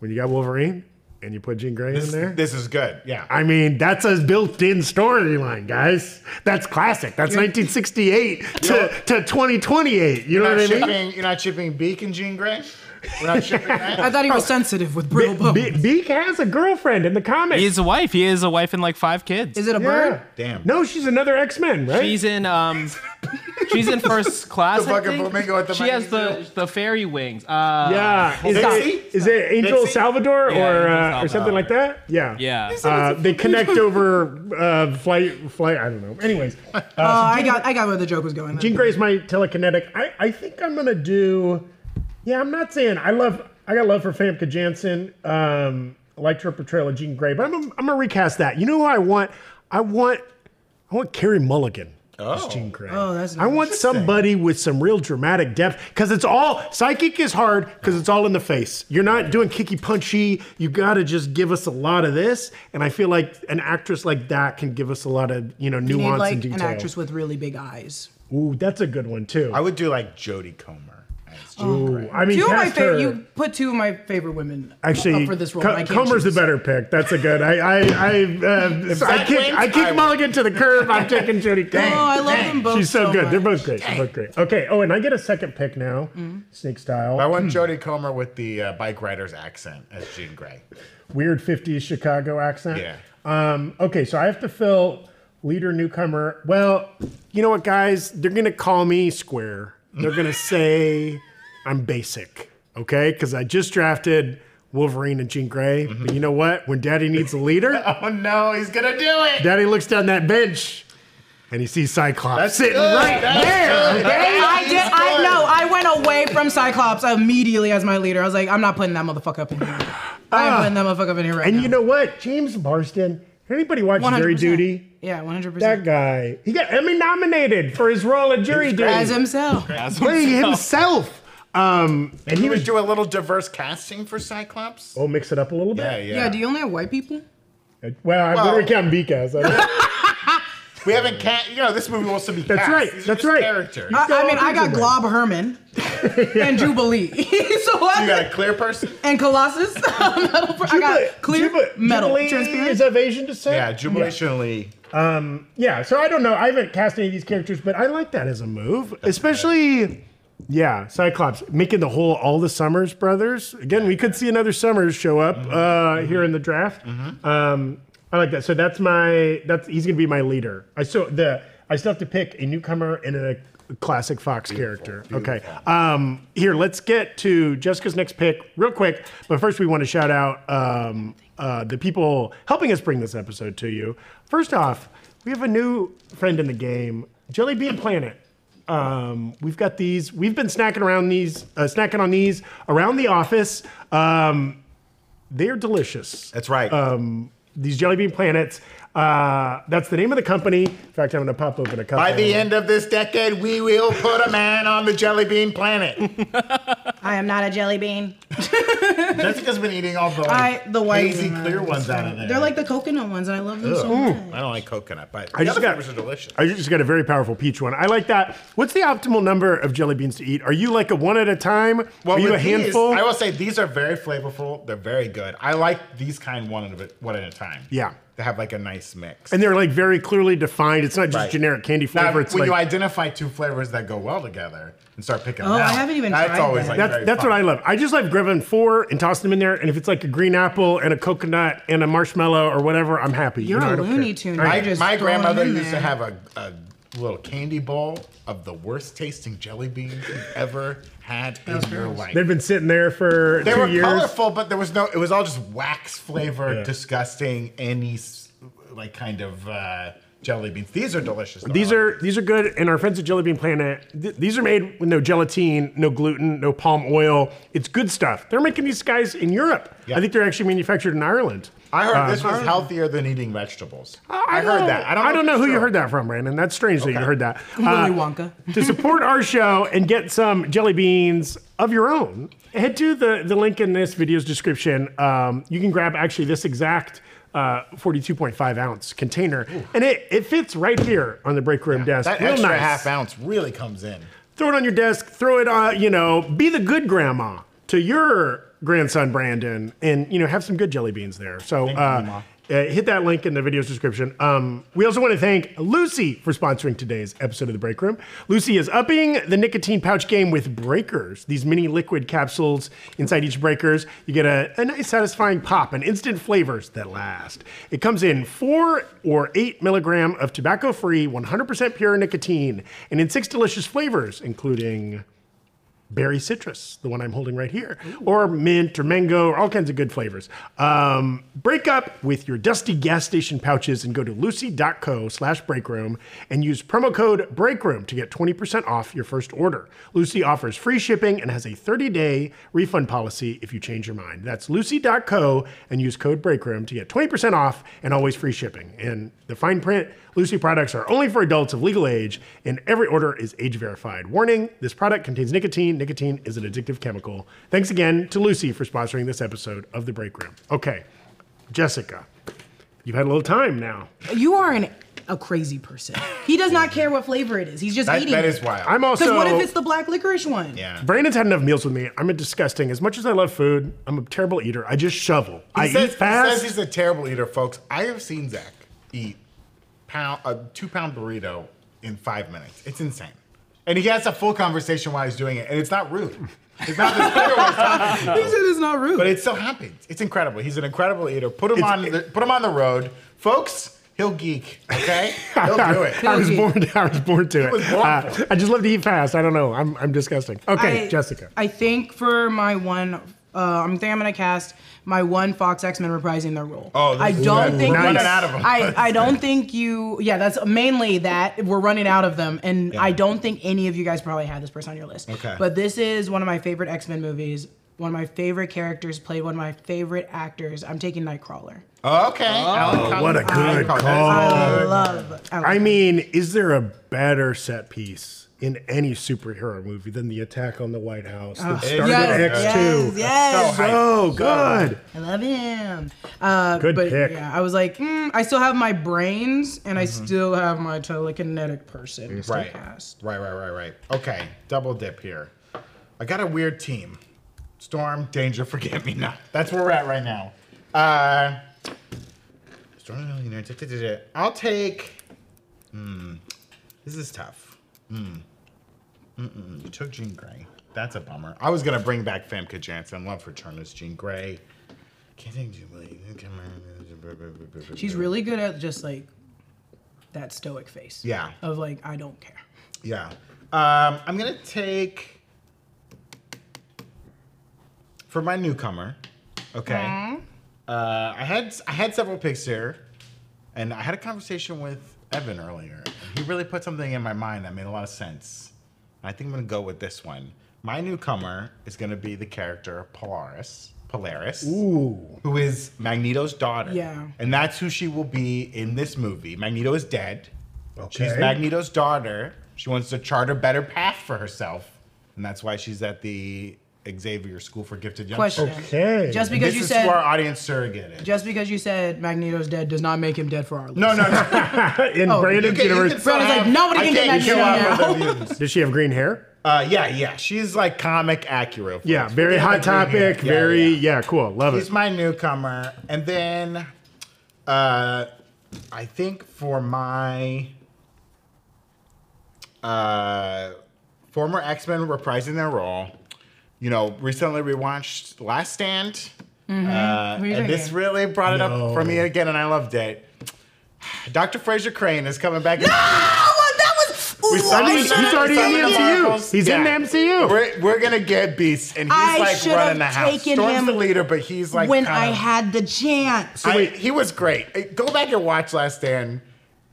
S4: when you got Wolverine and you put Jean Grey
S2: this,
S4: in there.
S2: this is good. Yeah.
S4: I mean, that's a built-in storyline, guys. That's classic. That's 1968 to, to 2028. You
S2: You're
S4: know what I
S2: not,
S4: mean?
S2: shipping, you're not shipping Beak and Jean Grey? We're not shipping that?
S3: I thought
S4: Oh.
S3: he was sensitive with brittle bones.
S4: Be- Beak has a girlfriend in the comics.
S1: He is a wife. He is a wife and like five kids.
S3: Is it a bird?
S2: Damn.
S4: No, she's another X Men, right?
S1: She's in um, she's in first class.
S2: The
S1: I
S2: fucking
S1: think.
S2: flamingo at the
S1: she has the the fairy wings. Uh,
S4: yeah. Is,
S2: Dixie?
S4: it, is it Angel
S2: Dixie?
S4: Salvador
S1: Yeah,
S4: or
S1: Angel
S4: uh, or
S1: Salvador.
S4: something like that? Yeah.
S1: yeah.
S4: Uh, they connect over uh, flight, flight. I don't know. Anyways,
S3: Uh, I got, I got where the joke was going.
S4: Jean
S3: Then.
S4: Grey's my telekinetic. I, I think I'm gonna do. Yeah, I'm not saying I love. I got love for Famke Janssen. Um, I liked her portrayal of Jean Grey, but I'm, I'm gonna recast that. You know who I want? I want. I want Carrie Mulligan. as
S2: Oh.
S4: Jean Grey.
S3: Oh, that's
S4: I want somebody with some real dramatic depth because it's all psychic is hard because it's all in the face. You're not doing kicky punchy. You got to just give us a lot of this, and I feel like an actress like that can give us a lot of you know
S3: You
S4: nuance
S3: need
S4: and
S3: like
S4: detail.
S3: an actress with really big eyes.
S4: Ooh, that's a good one too.
S2: I would do like Jodie Comer. as Jean
S3: Oh.
S2: Grey.
S4: Ooh, I mean,
S3: Two of my
S4: cast her-
S3: favorite. You put two of my favorite women
S4: Actually,
S3: up for this role.
S4: Co-
S3: I can't
S4: Comer's
S3: choose.
S4: the better pick. That's a good. I, I, I, uh, so I
S2: that
S4: kick,
S2: wins,
S4: I
S2: I
S4: kick
S2: win.
S4: Mulligan to the curb. I'm taking Jody.
S3: Oh,
S4: Dang.
S3: I love them both.
S4: She's so, good. They're
S3: much. Mm-hmm.
S4: both great. They're both great. Okay. Oh, and I get a second pick now. Snake
S2: I
S4: style.
S2: want Jodie Comer with the uh, bike rider's accent as Jean Grey.
S4: Weird 50s Chicago accent.
S2: Yeah.
S4: Um, okay, so I have to fill leader newcomer. Well, you know what, guys? They're gonna call me square. They're gonna say I'm basic, okay? Because I just drafted Wolverine and Jean Grey. But you know what? When Daddy needs a leader,
S2: Mm-hmm. Oh no, he's gonna do it.
S4: Daddy looks down that bench and he sees Cyclops sitting
S2: good.
S4: right
S2: That's
S4: there.
S2: good. That
S3: I
S2: is
S3: did. I
S2: good.
S3: know. I went away from Cyclops immediately as my leader. I was like, I'm not putting that motherfucker up in here. I am putting that motherfucker up in here right
S4: Ah. And
S3: now.
S4: you know what? James Marsden. Anybody watch Jury
S3: 100%.
S4: Duty?
S3: Yeah, 100.
S4: That
S3: percent
S4: guy. He got Emmy nominated for his role in Jury Duty.
S3: As himself.
S4: Playing himself. Um, and
S2: He
S4: he
S2: would
S4: was.
S2: do a little diverse casting for Cyclops.
S4: Oh, mix it up a little bit.
S2: Yeah, yeah.
S3: Yeah. Do you only have white people?
S4: Well, I
S2: Well-
S4: what are we counting Beak as? I don't-
S2: we haven't cat. You know, this movie will also be.
S4: That's
S2: cast.
S4: right,
S2: These are
S4: that's
S2: just
S4: right.
S2: Characters.
S3: I, I mean, I got
S4: original.
S3: Glob Herman and Jubilee. so
S2: you
S3: what?
S2: got a clear person.
S3: And Colossus. Metal per- I got clear
S4: Jubi-
S3: metal.
S4: Jubilee
S3: transparent.
S4: Is of Asian descent?
S2: Yeah, Jubilation Lee.
S4: Yeah, so I don't know. I haven't cast any of these characters, but I like that as a move, especially. Yeah, Cyclops making the whole all the Summers brothers again. We could see another Summers show up uh, here in the draft. Um, I like that. So that's my that's he's gonna be my leader. I so the I still have to pick a newcomer and a classic Fox character. Okay. Um, here, let's get to Jessica's next pick real quick. But first, we want to shout out um, uh, the people helping us bring this episode to you. First off, we have a new friend in the game, Jelly Bean Planet. Um, we've got these. We've been snacking around these, uh, snacking on these around the office. Um, they're delicious
S2: That's right.
S4: um, these jelly bean planets. Uh, that's the name of the company. In fact, I'm going to pop open a couple.
S2: By the end of this decade, we will put a man on the jelly bean planet.
S3: I am not a jelly bean.
S2: Jessica's been eating all the like,
S3: I the white
S2: hazy
S3: ones.
S2: clear ones out of there.
S3: They're like the coconut ones, and I love them so
S2: Ugh.
S3: much.
S2: I don't like coconut, but
S4: I
S2: the
S4: just
S2: other
S4: got-
S2: flavors are delicious.
S4: I just got a very powerful peach one. I like that. What's the optimal number of jelly beans to eat? Are you like a one at a time?
S2: Well,
S4: Are you a
S2: with these,
S4: handful?
S2: I will say these are very flavorful. They're very good. I like these kind one at a bit- one at a time.
S4: Yeah.
S2: they have like a nice mix.
S4: and they're like very clearly defined. It's not just
S2: Right.
S4: generic candy
S2: Now,
S4: flavor.
S2: when
S4: it's
S2: you
S4: like,
S2: identify two flavors that go well together and start picking
S3: Oh,
S2: them
S3: I
S2: out,
S3: haven't even
S2: that's
S3: tried
S2: always
S3: that.
S2: like very
S4: that's that's what
S2: fun.
S4: I love. I just like grabbing four and tossing them in there. And if it's like a green apple and a coconut and a marshmallow or whatever, I'm happy.
S3: You're
S4: know, I
S3: a
S4: don't
S3: Looney
S4: care.
S3: Tune.
S4: I-
S3: You're
S2: My,
S3: just
S2: my
S3: throwing
S2: grandmother
S3: them in
S2: used to
S3: there.
S2: have a, a little candy bowl of the worst tasting jelly beans you've ever had in your life.
S4: They've been sitting there for
S2: They
S4: two
S2: were
S4: years.
S2: colorful, but there was no. It was all just wax flavored,
S4: Yeah.
S2: disgusting, any s- like kind of uh, jelly beans. These are delicious. though.
S4: These
S2: I like
S4: are these are good, and our friends at Jelly Bean Planet, th- these are made with no gelatine, no gluten, no palm oil. It's good stuff. They're making these guys in Europe.
S2: Yeah.
S4: I think they're actually manufactured in Ireland.
S2: I heard this was healthier than eating vegetables. I,
S4: um, don't-
S2: heard that. I don't.
S4: I don't
S2: if
S4: know
S2: it's
S4: who you
S2: true.
S4: heard that from, Brandon. That's strange that you heard that. Uh,
S3: Willy
S2: uh,
S3: Wonka.
S4: to support our show and get some jelly beans of your own, head to the, the link in this video's description. Um, you can grab actually this exact uh, 42.5 ounce container, and it, it fits right here on the break room desk.
S2: That
S4: Real
S2: extra
S4: nice.
S2: half ounce really comes in.
S4: Throw it on your desk. Throw it on. You know, be the good grandma to your grandson Brandon, and you know, have some good jelly beans there. So.
S2: you,
S4: uh,
S2: Grandma.
S4: uh, hit that link in the video's description. Um, we also want to thank Lucy for sponsoring today's episode of The Break Room. Lucy is upping the nicotine pouch game with breakers, these mini liquid capsules inside each breakers. You get a, a nice, satisfying pop and instant flavors that last. It comes in four or eight milligram of tobacco free, 100% pure nicotine, and in six delicious flavors, including berry citrus, the one I'm holding right here, or mint or mango, or all kinds of good flavors. Um, break up with your dusty gas station pouches and go to lucy.co slash breakroom and use promo code breakroom to get 20% off your first order. Lucy offers free shipping and has a 30-day refund policy if you change your mind. That's lucy.co and use code breakroom to get 20% off and always free shipping. And the fine print, Lucy products are only for adults of legal age, and every order is age verified. Warning this product contains nicotine. Nicotine is an addictive chemical. Thanks again to Lucy for sponsoring this episode of The Break Room. Okay, Jessica, you've had a little time now.
S3: You are an, a crazy person. He does not care what flavor it is. He's just
S2: That,
S3: eating.
S2: that is wild.
S4: I'm
S3: Because
S4: also.
S3: what if it's the black licorice one?
S2: yeah.
S4: Brandon's had enough meals with me. I'm a disgusting. As much as I love food, I'm a terrible eater. I just shovel.
S2: He
S4: I
S2: says,
S4: eat fast.
S2: He says he's a terrible eater, folks. I have seen Zach eat pound a two pound burrito in five minutes. It's insane. And he has a full conversation while he's doing it, and it's not rude. It's not this clear what he's talking about.
S3: He said it's not rude.
S2: But it still happens. It's incredible. He's an incredible eater. Put him
S4: It's-
S2: on the, put him on the road, folks. He'll geek. Okay, he'll do it.
S4: I was
S3: Guilty.
S4: born. I was born to it.
S2: was born
S4: Uh,
S2: for
S4: I just love to eat fast. I don't know. I'm, I'm disgusting. Okay,
S3: I-
S4: Jessica.
S3: I think for my one, uh, I'm think I'm gonna cast my one Fox X Men reprising their role.
S2: Oh, this
S3: I
S2: is
S3: don't
S2: good.
S3: think
S2: We're
S3: you-
S2: running out of 'em.
S3: I, I don't think you. Yeah, that's mainly that we're running out of them, and I don't think any of you guys probably had this person on your list.
S2: Okay.
S3: but this is one of my favorite X Men movies. One of my favorite characters played one of my favorite actors. I'm taking Nightcrawler.
S2: Okay. Alan
S4: Oh, what a
S2: Cumming.
S4: good
S2: Alan Cumming.
S3: I love. I
S4: I mean, is there a better set piece in any superhero movie than the attack on the White House that started
S2: Uh, yes,
S4: X
S3: yes,
S4: two?
S3: yes.
S2: So
S4: So good.
S3: I love him. Uh,
S4: Good
S3: but
S4: pick.
S3: yeah, I was like, mm, I still have my brains and I still have my telekinetic person to still
S2: Mm-hmm. Right.
S3: cast.
S2: Right, right, right, right. Okay, double dip here. I got a weird team. Storm, Danger, Forget Me Not. That's where we're at right now. Uh, Storm, you know, da, da, da, da. I'll take. Hmm. This is tough. Hmm. Mm-mm, you took Jean Grey. That's a bummer. I was gonna bring back Famke Janssen. Love for Turner's Jean Grey. Can't think Jean Grey.
S3: She's really good at just like that stoic face.
S2: Yeah.
S3: Of like, I don't care.
S2: Yeah. Um, I'm gonna take for my newcomer. Okay. Uh, I had I had several picks here, and I had a conversation with Evan earlier. and He really put something in my mind that made a lot of sense. I think I'm gonna go with this one. My newcomer is gonna be the character Polaris Polaris, who is Magneto's daughter.
S3: Yeah.
S2: And that's who she will be in this movie. Magneto is dead. She's
S4: Okay.
S2: Magneto's daughter. She wants to chart a better path for herself. And that's why she's at the Xavier School for Gifted Young
S3: Question.
S2: People.
S4: Okay.
S3: Just because
S2: this
S3: you
S2: is
S3: said
S2: who our audience surrogate is.
S3: just because you said Magneto's dead does not make him dead for our listeners.
S2: no, no, no.
S4: in
S3: Oh,
S4: Brandon's
S2: Okay, you
S4: universe,
S2: can still
S3: Brandon's like,
S2: have-
S3: nobody
S2: I
S3: can do
S2: can't
S3: that
S2: kill
S3: shit
S2: off
S3: now.
S2: other mutants.
S4: does she have green hair?
S2: Uh, yeah, yeah. She's like comic accurate. for
S4: Yeah,
S2: us.
S4: very
S2: Forget
S4: hot
S2: the green hair.
S4: topic.
S2: Yeah,
S4: very
S2: yeah.
S4: yeah. cool. Love
S2: He's
S4: it.
S2: my newcomer. And then uh I think for my uh former X-Men reprising their role, you know, recently we watched Last Stand. Uh,
S3: Who Mm-hmm. you
S2: and this
S3: thinking?
S2: really brought it up for me again, and I loved it. Dr. Fraser Crane is coming back. No!
S3: Oh, that was. Ooh,
S2: We
S4: I
S2: started-
S4: mean,
S2: we
S4: he's
S2: started-
S4: already
S2: we
S4: in
S2: started
S4: the MCU.
S2: Marvels.
S4: He's in the MCU.
S2: We're, we're gonna get Beast, and he's
S3: I
S2: like
S3: should've
S2: running the house.
S3: taken
S2: Storm's
S3: him
S2: the leader, but he's like
S3: when
S2: kind
S3: I
S2: of-
S3: had the chance.
S2: I- he was great. Uh, Go back and watch Last Stand.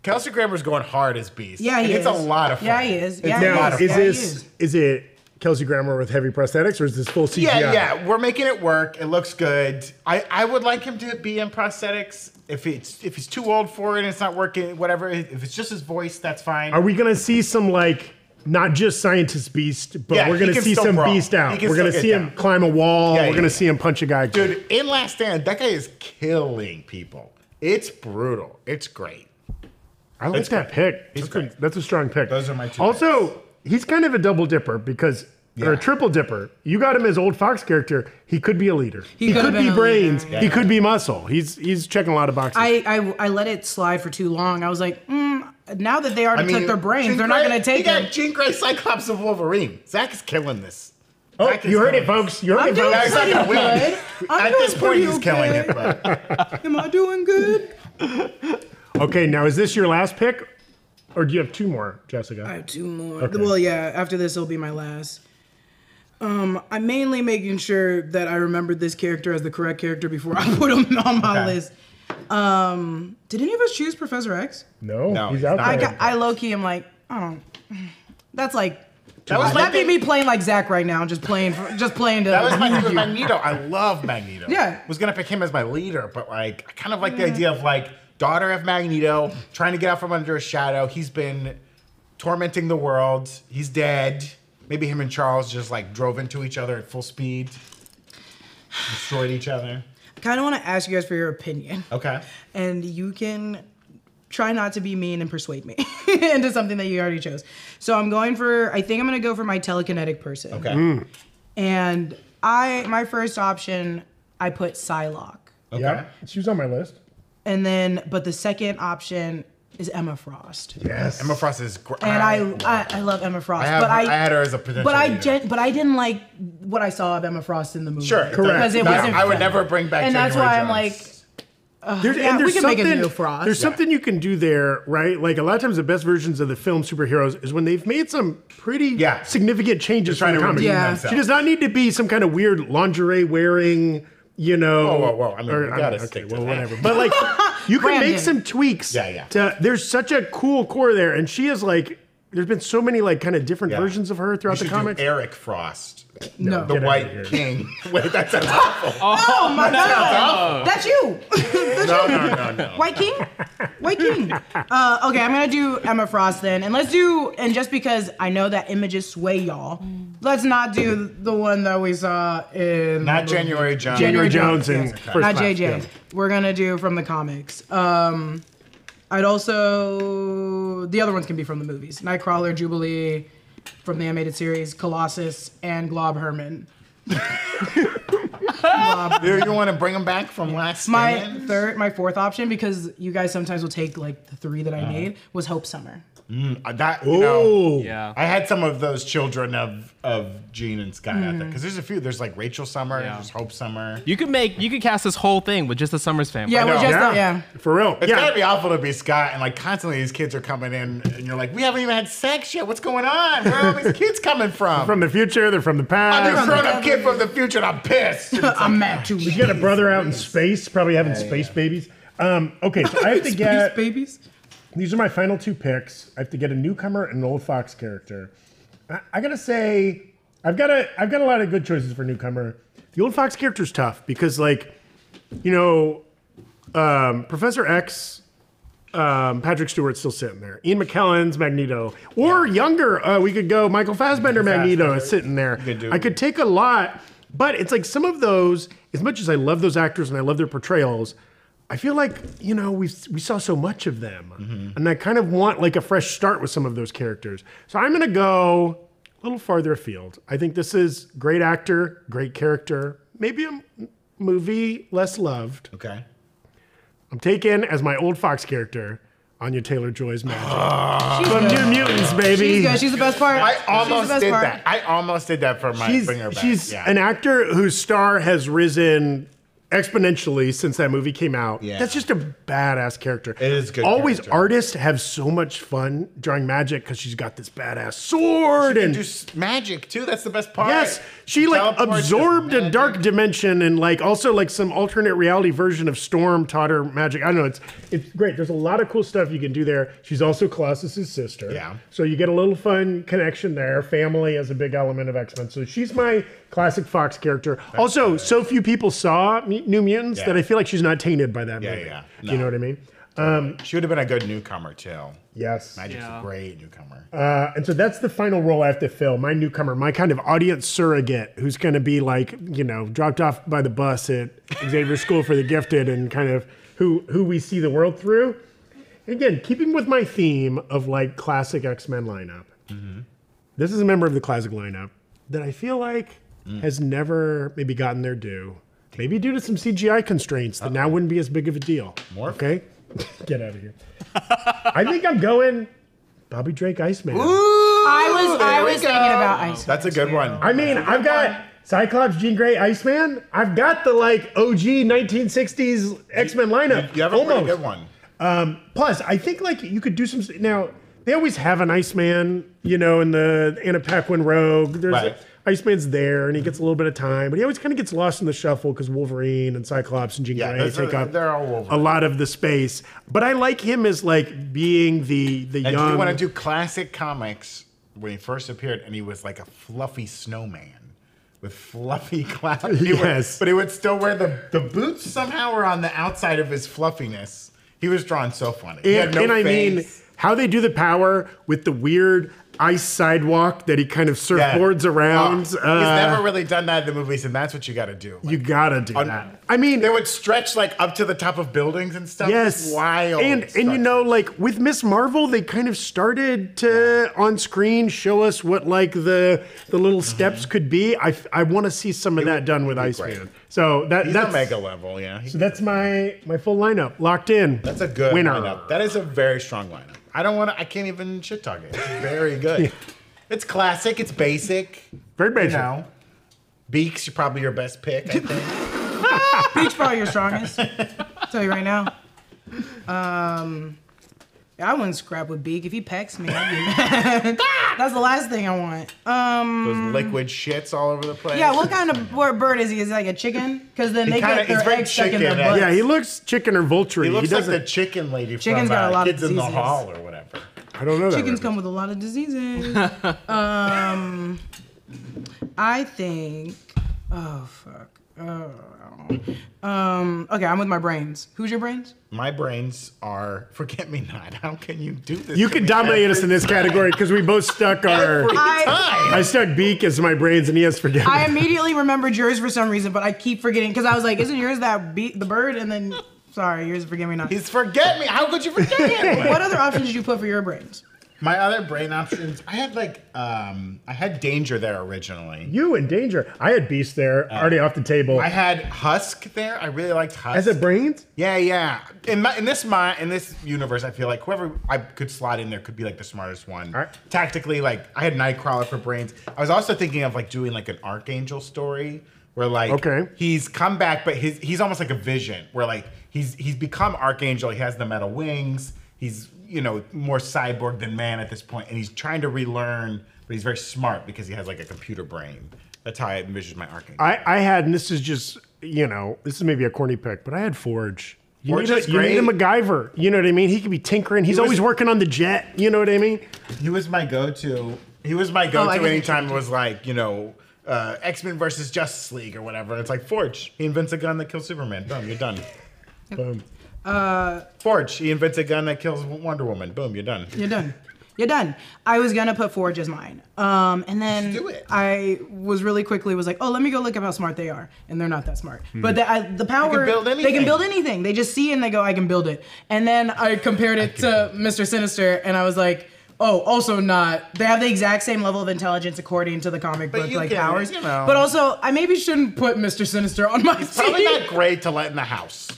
S2: Kelsey Grammer's going hard as Beast.
S3: Yeah,
S2: and
S3: he
S2: it's
S3: is.
S2: a lot of fun.
S3: Yeah, he is. Yeah,
S2: it's
S3: he
S2: a lot
S4: now,
S2: of
S3: is.
S4: is
S3: Yeah,
S2: fun.
S4: this
S3: he is.
S4: is it Kelsey Grammer with heavy prosthetics, or is this full CGI?
S2: Yeah, yeah, we're making it work. It looks good. I, I would like him to be in prosthetics. If it's if he's too old for it and it's not working, whatever. If it's just his voice, that's fine.
S4: Are we gonna see some like not just scientist beast, but
S2: Yeah,
S4: we're
S2: he
S4: gonna
S2: can
S4: see
S2: still
S4: some
S2: brawl.
S4: beast
S2: He
S4: out.
S2: can
S4: We're gonna
S2: still
S4: see
S2: get
S4: him
S2: down.
S4: climb a wall.
S2: Yeah,
S4: we're
S2: yeah,
S4: gonna
S2: yeah.
S4: see him punch a guy.
S2: Dude, in Last Stand, that guy is killing people. It's brutal. It's great.
S4: I like
S2: That's
S4: that pick. That's,
S2: great.
S4: a, that's a strong pick.
S2: Those are my two
S4: Also, he's kind of a double dipper because or
S2: Yeah.
S4: a triple dipper. You got him as old Fox character. He could be a leader. He,
S3: could've
S4: could
S3: been
S4: be
S3: a
S4: brains.
S3: leader.
S4: He could be muscle. He's he's checking a lot of boxes.
S3: I, I I let it slide for too long. I was like, mm, now that they already took their brains,
S2: Jean
S3: they're not
S2: Grey-
S3: going to
S2: He
S3: take
S2: got
S3: them.
S2: Jean Grey, Cyclops, and Wolverine. Zach is killing this.
S4: oh,
S2: Zach is
S4: you heard
S2: killing
S4: it,
S2: this.
S4: folks. You heard
S3: I'm
S4: it,
S3: doing
S4: folks.
S2: Zach's not gonna win.
S3: Good. I'm
S2: At this
S3: doing
S2: point,
S3: pretty
S2: he's killing
S3: okay.
S2: it. But
S3: Am I doing good?
S4: Okay, now is this your last pick, or do you have two more, Jessica?
S3: I have two more.
S4: Okay.
S3: Well, yeah. After this, it'll be my last. Um, I'm mainly making sure that I remembered this character as the correct character before I put him on my
S2: Okay.
S3: list. Um, did any of us choose Professor X?
S4: no,
S2: No,
S4: he's
S2: he's
S4: out
S2: not.
S4: there.
S3: I got, I low key am like, oh, that's like
S2: that was my
S3: that'd be
S2: thing.
S3: me playing like Zach right now, just playing, for, just playing to.
S2: That was my thing with Magneto. I love Magneto.
S3: Yeah. Mm.
S2: was gonna pick him as my leader, but like, I kind of like the idea of like daughter of Magneto trying to get out from under a shadow. He's been tormenting the world. He's dead. Maybe him and Charles just like drove into each other at full speed, destroyed each other.
S3: I kind of want to ask you guys for your opinion,
S2: Okay.
S3: and you can try not to be mean and persuade me into something that you already chose. So I'm going for. I think I'm gonna go for my telekinetic person.
S2: Okay.
S3: And I, my first option, I put Psylocke,
S2: Okay.
S4: Yeah, she was on my list.
S3: and then but the second option is Emma Frost.
S4: Yes,
S2: Emma Frost is great.
S3: And I, I, I love Emma Frost,
S2: have,
S3: but
S2: I,
S3: I,
S2: had her as a potential.
S3: But I
S2: leader.
S3: did, but I didn't like what I saw of Emma Frost in the movie.
S2: Sure.
S4: Correct.
S3: Because it
S2: Yeah,
S3: wasn't.
S2: I would never bring back.
S3: And that's
S2: January
S3: why I'm
S2: Jones.
S3: like,
S4: There's,
S3: Yeah,
S4: and there's
S3: we can make a
S4: something-
S3: new Frost.
S4: There's
S3: Yeah.
S4: something you can do there, right? Like a lot of times, the best versions of the film superheroes is when they've made some pretty
S2: Yeah.
S4: significant changes.
S2: They're trying
S4: from the
S2: to
S4: comic.
S2: redeem
S3: Yeah.
S2: themselves.
S4: she does not need to be some kind of weird lingerie wearing. You know,
S2: Whoa, whoa, whoa. I mean, we gotta
S4: okay,
S2: stick to
S4: well,
S2: that.
S4: whatever. But like, you can
S3: Brandon.
S4: make some tweaks.
S2: Yeah, yeah.
S4: To, there's such a cool core there, and she is like, there's been so many like kind of different
S2: Yeah.
S4: versions of her
S2: You
S4: throughout the
S2: should do
S4: comics.
S2: Eric Frost,
S3: no.
S2: the White King. Wait, that sounds awful.
S3: oh my god, that's you,
S2: No, no, no, no.
S3: White King, White King. Uh, okay, I'm gonna do Emma Frost then, and let's do. And just because I know that images sway y'all, let's not do the one that we saw in
S2: Not January Jones.
S4: January Jones
S3: Jones, yes.
S4: and first
S3: not
S4: class,
S3: JJ.
S4: yeah.
S3: We're gonna do from the comics. Um, I'd also the other ones can be from the movies: Nightcrawler, Jubilee, from the animated series, Colossus, and Glob Herman.
S2: You, you want to bring him back from last
S3: My
S2: Stand?
S3: third, my fourth option, because you guys sometimes will take like the three that I
S4: Uh-huh.
S3: made, was Hope Summer.
S2: Uh, that you know,
S4: Ooh.
S1: Yeah.
S2: I had some of those children of of Gene and Scott out there because there's a few. There's like Rachel Summer,
S1: Yeah.
S2: there's Hope Summer.
S1: You could make you could cast this whole thing with just the Summers family.
S3: Yeah,
S2: know.
S3: we're just uh, yeah.
S4: Yeah.
S3: yeah.
S4: for real.
S2: It's
S4: yeah,
S2: gotta be awful to be Scott and like constantly these kids are coming in and you're like, we haven't even had sex yet. What's going on? Where are all these kids coming from?
S4: from the future. They're from the past.
S2: I'm a
S3: from the
S2: grown up kid
S3: government.
S2: from the future and I'm pissed. And it's like,
S3: I'm mad too.
S4: You got a brother out in space, probably having space babies. Um, okay, so I have to get
S3: babies.
S4: these are my final two picks. I have to get a newcomer and an old Fox character. I, I gotta say, I've got a I've got a lot of good choices for newcomer. I the old Fox character's tough because, like, you know, um, Professor X, um, Patrick Stewart's still sitting there. Ian McKellen's Magneto, or younger, uh, we could go Michael Fassbender Magneto is sitting there.
S2: could do-
S4: I could take a lot, but it's like some of those. As much as I love those actors and I love their portrayals, I feel like you know we we saw so much of them, and I kind of want like a fresh start with some of those characters. So I'm gonna go a little farther afield. I think this is great actor, great character, maybe a m- movie less loved.
S2: Okay.
S4: I'm taking as my old Fox character, Anya Taylor Joy's magic. From New Mutants,
S3: Oh, She's
S4: baby.
S3: good. She's the best part.
S2: Uh, I
S3: She's the
S2: almost
S3: best
S2: did
S3: part.
S2: that. I almost did that for my
S4: She's-
S2: finger back.
S4: she's
S2: yeah.
S4: an actor whose star has risen exponentially since that movie came out.
S2: Yeah.
S4: That's just a badass character.
S2: It is a good
S4: Always
S2: character.
S4: artists have so much fun drawing magic because she's got this badass sword and
S2: do s- magic too. That's the best part.
S4: Yes, she like
S2: Teleports, does
S4: absorbed a
S2: magic.
S4: dark dimension and like also like some alternate reality version of Storm taught her magic. I don't know. It's it's great. There's a lot of cool stuff you can do there. She's also Colossus's sister.
S2: Yeah.
S4: So you get a little fun connection there. Family is a big element of X Men. So she's my classic Fox character. also, so few people saw Mu- New Mutants
S2: Yeah.
S4: that I feel like she's not tainted by that
S2: Yeah,
S4: movie.
S2: yeah.
S4: You
S2: No.
S4: know what I mean?
S2: She would have been a good newcomer too.
S4: Yes.
S2: Magic's
S1: Yeah.
S2: a great newcomer.
S4: Uh, and so that's the final role I have to fill. My newcomer, my kind of audience surrogate, who's going to be like, you know, dropped off by the bus at Xavier School for the Gifted, and kind of who who we see the world through. Again, keeping with my theme of like classic X Men lineup. This is a member of the classic lineup that I feel like has never maybe gotten their due, maybe due to some CGI constraints that now wouldn't be as big of a deal.
S2: Morph?
S4: Okay, get out of here. I think I'm going Bobby Drake, Iceman. Uh,
S3: I was I
S2: There we
S3: was thinking
S2: go.
S3: about Ice.
S2: That's a good one.
S4: I mean, I've got Cyclops, Jean Grey, Iceman. I've got the like OG 1960s X Men lineup.
S2: You have a
S4: almost.
S2: pretty good one.
S4: Um, plus, I think like you could do some now. They always have an Iceman, you know, in the Anna Paquin Rogue. There's
S2: Right.
S4: Iceman's there, and he gets a little bit of time, but he always kind of gets lost in the shuffle because Wolverine and Cyclops and Jean
S2: Yeah,
S4: Grey
S2: those are-
S4: take up
S2: they're all Wolverine.
S4: a lot of the space. But I like him as like being the the
S2: And
S4: young.
S2: if you want to do classic comics when he first appeared, and he was like a fluffy snowman with fluffy clouds. He would-
S4: Yes.
S2: but he would still wear the the boots somehow were on the outside of his fluffiness. He was drawn so funny. He
S4: And,
S2: had no
S4: and I mean,
S2: face.
S4: how they do the power with the weird ice sidewalk that he kind of surfboards around.
S2: Oh,
S4: uh,
S2: he's never really done that in the movies, and that's what you got to do. Like,
S4: you gotta do
S2: Un-
S4: that. I mean,
S2: they would stretch like up to the top of buildings and stuff.
S4: yes,
S2: It's wild.
S4: And and you
S2: stuff.
S4: know, like with Miss Marvel, they kind of started to on screen show us what like the the little
S2: Mm-hmm.
S4: steps could be. I, f- I want to see some of that done with Iceman.
S2: great.
S4: So that
S2: he's
S4: that's
S2: a mega level. Yeah, He-
S4: So that's my my full lineup locked in.
S2: That's a good
S4: winner.
S2: lineup. That is a very strong lineup. I don't want to. I can't even shit talk it. It's very good. It's classic. It's basic.
S4: Very basic.
S2: You know, Beaks, you're probably your best pick. I think.
S3: Peach probably your strongest. tell you right now. Um, I wouldn't scrap with Beak if he pecks me. I'd be mad.
S2: Ah!
S3: That's the last thing I want. Um,
S2: Those liquid shits all over the place.
S3: yeah, what kind of bird- bird is he? Is he like a chicken? Because then they
S2: kinda-
S3: get their
S2: he's very
S3: eggs stuck in their
S2: chicken,
S3: butt.
S4: Yeah, he looks chicken or vulture.
S2: He
S4: He,
S2: looks like
S4: doesn't.
S2: the chicken lady
S3: Chicken's
S2: from
S3: got a
S2: uh,
S3: lot of
S2: Kids in the
S3: diseases.
S2: Hall or whatever.
S4: I don't know. that
S3: Chickens
S4: reference.
S3: come with a lot of diseases. um, I think. Oh fuck. Oh. Um. Okay, I'm with my brains. Who's your brains?
S2: My brains are forget me not. How can you do this?
S4: You
S2: to
S4: could
S2: me?
S4: dominate us in this category because we both stuck our.
S3: I
S2: Time.
S4: I stuck beak as my brains, and he has forgiven.
S3: I immediately remembered yours for some reason, but I keep forgetting because I was like, "Isn't yours that beat the bird?" And then, sorry, yours. Forgive me not.
S2: He's forget me. How could you forget him?
S3: What other options did you put for your brains?
S2: My other brain options. I had like um, I had danger there originally.
S4: you in danger. I had beast there, already off the table.
S2: I had Husk there. I really liked Husk.
S4: as a brains,
S2: yeah, yeah. In my, in this my in this universe, I feel like whoever I could slot in there could be like the smartest one.
S4: All right.
S2: Tactically, like I had Nightcrawler for brains. I was also thinking of like doing like an Archangel story where like
S4: Okay.
S2: he's come back, but his he's almost like a vision where like he's he's become Archangel. He has the metal wings. He's you know more cyborg than man at this point, and he's trying to relearn, but he's very smart because he has like a computer brain. That's how I envisioned my Archangel.
S4: I, I had, and this is just you know, this is maybe a corny pick, but I had Forge. You
S2: Forge
S4: need,
S2: is
S4: a, you need a
S2: great.
S4: MacGyver. You know what I mean? He could be tinkering. He's
S2: was-
S4: always working on the jet. You know what I mean?
S2: He was my go-to. He was my go-to
S3: Oh, I get it.
S2: anytime it was like you know uh, X Men versus Justice League or whatever. It's like Forge. He invents a gun that kills Superman. Boom, you're done. Boom.
S3: Uh,
S2: Forge. He invents a gun that kills Wonder Woman. Boom, you're done.
S3: You're done. You're done. I was gonna put Forge as mine, um, and then
S2: do it.
S3: I was really quickly was like, oh, let me go look at how smart they are, and they're not that smart. But the, I, the power
S2: Hmm. build
S3: they can
S2: anything.
S3: build anything. They just see and they go, I can build it. And then I compared it to Mr. Sinister, and I was like, oh, also not. They have the exact same level of intelligence according to the comic book
S2: you
S3: like
S2: get it,
S3: powers.
S2: you know.
S3: But also, I maybe shouldn't put Mr. Sinister on my
S2: Probably
S3: team.
S2: not great to let in the house.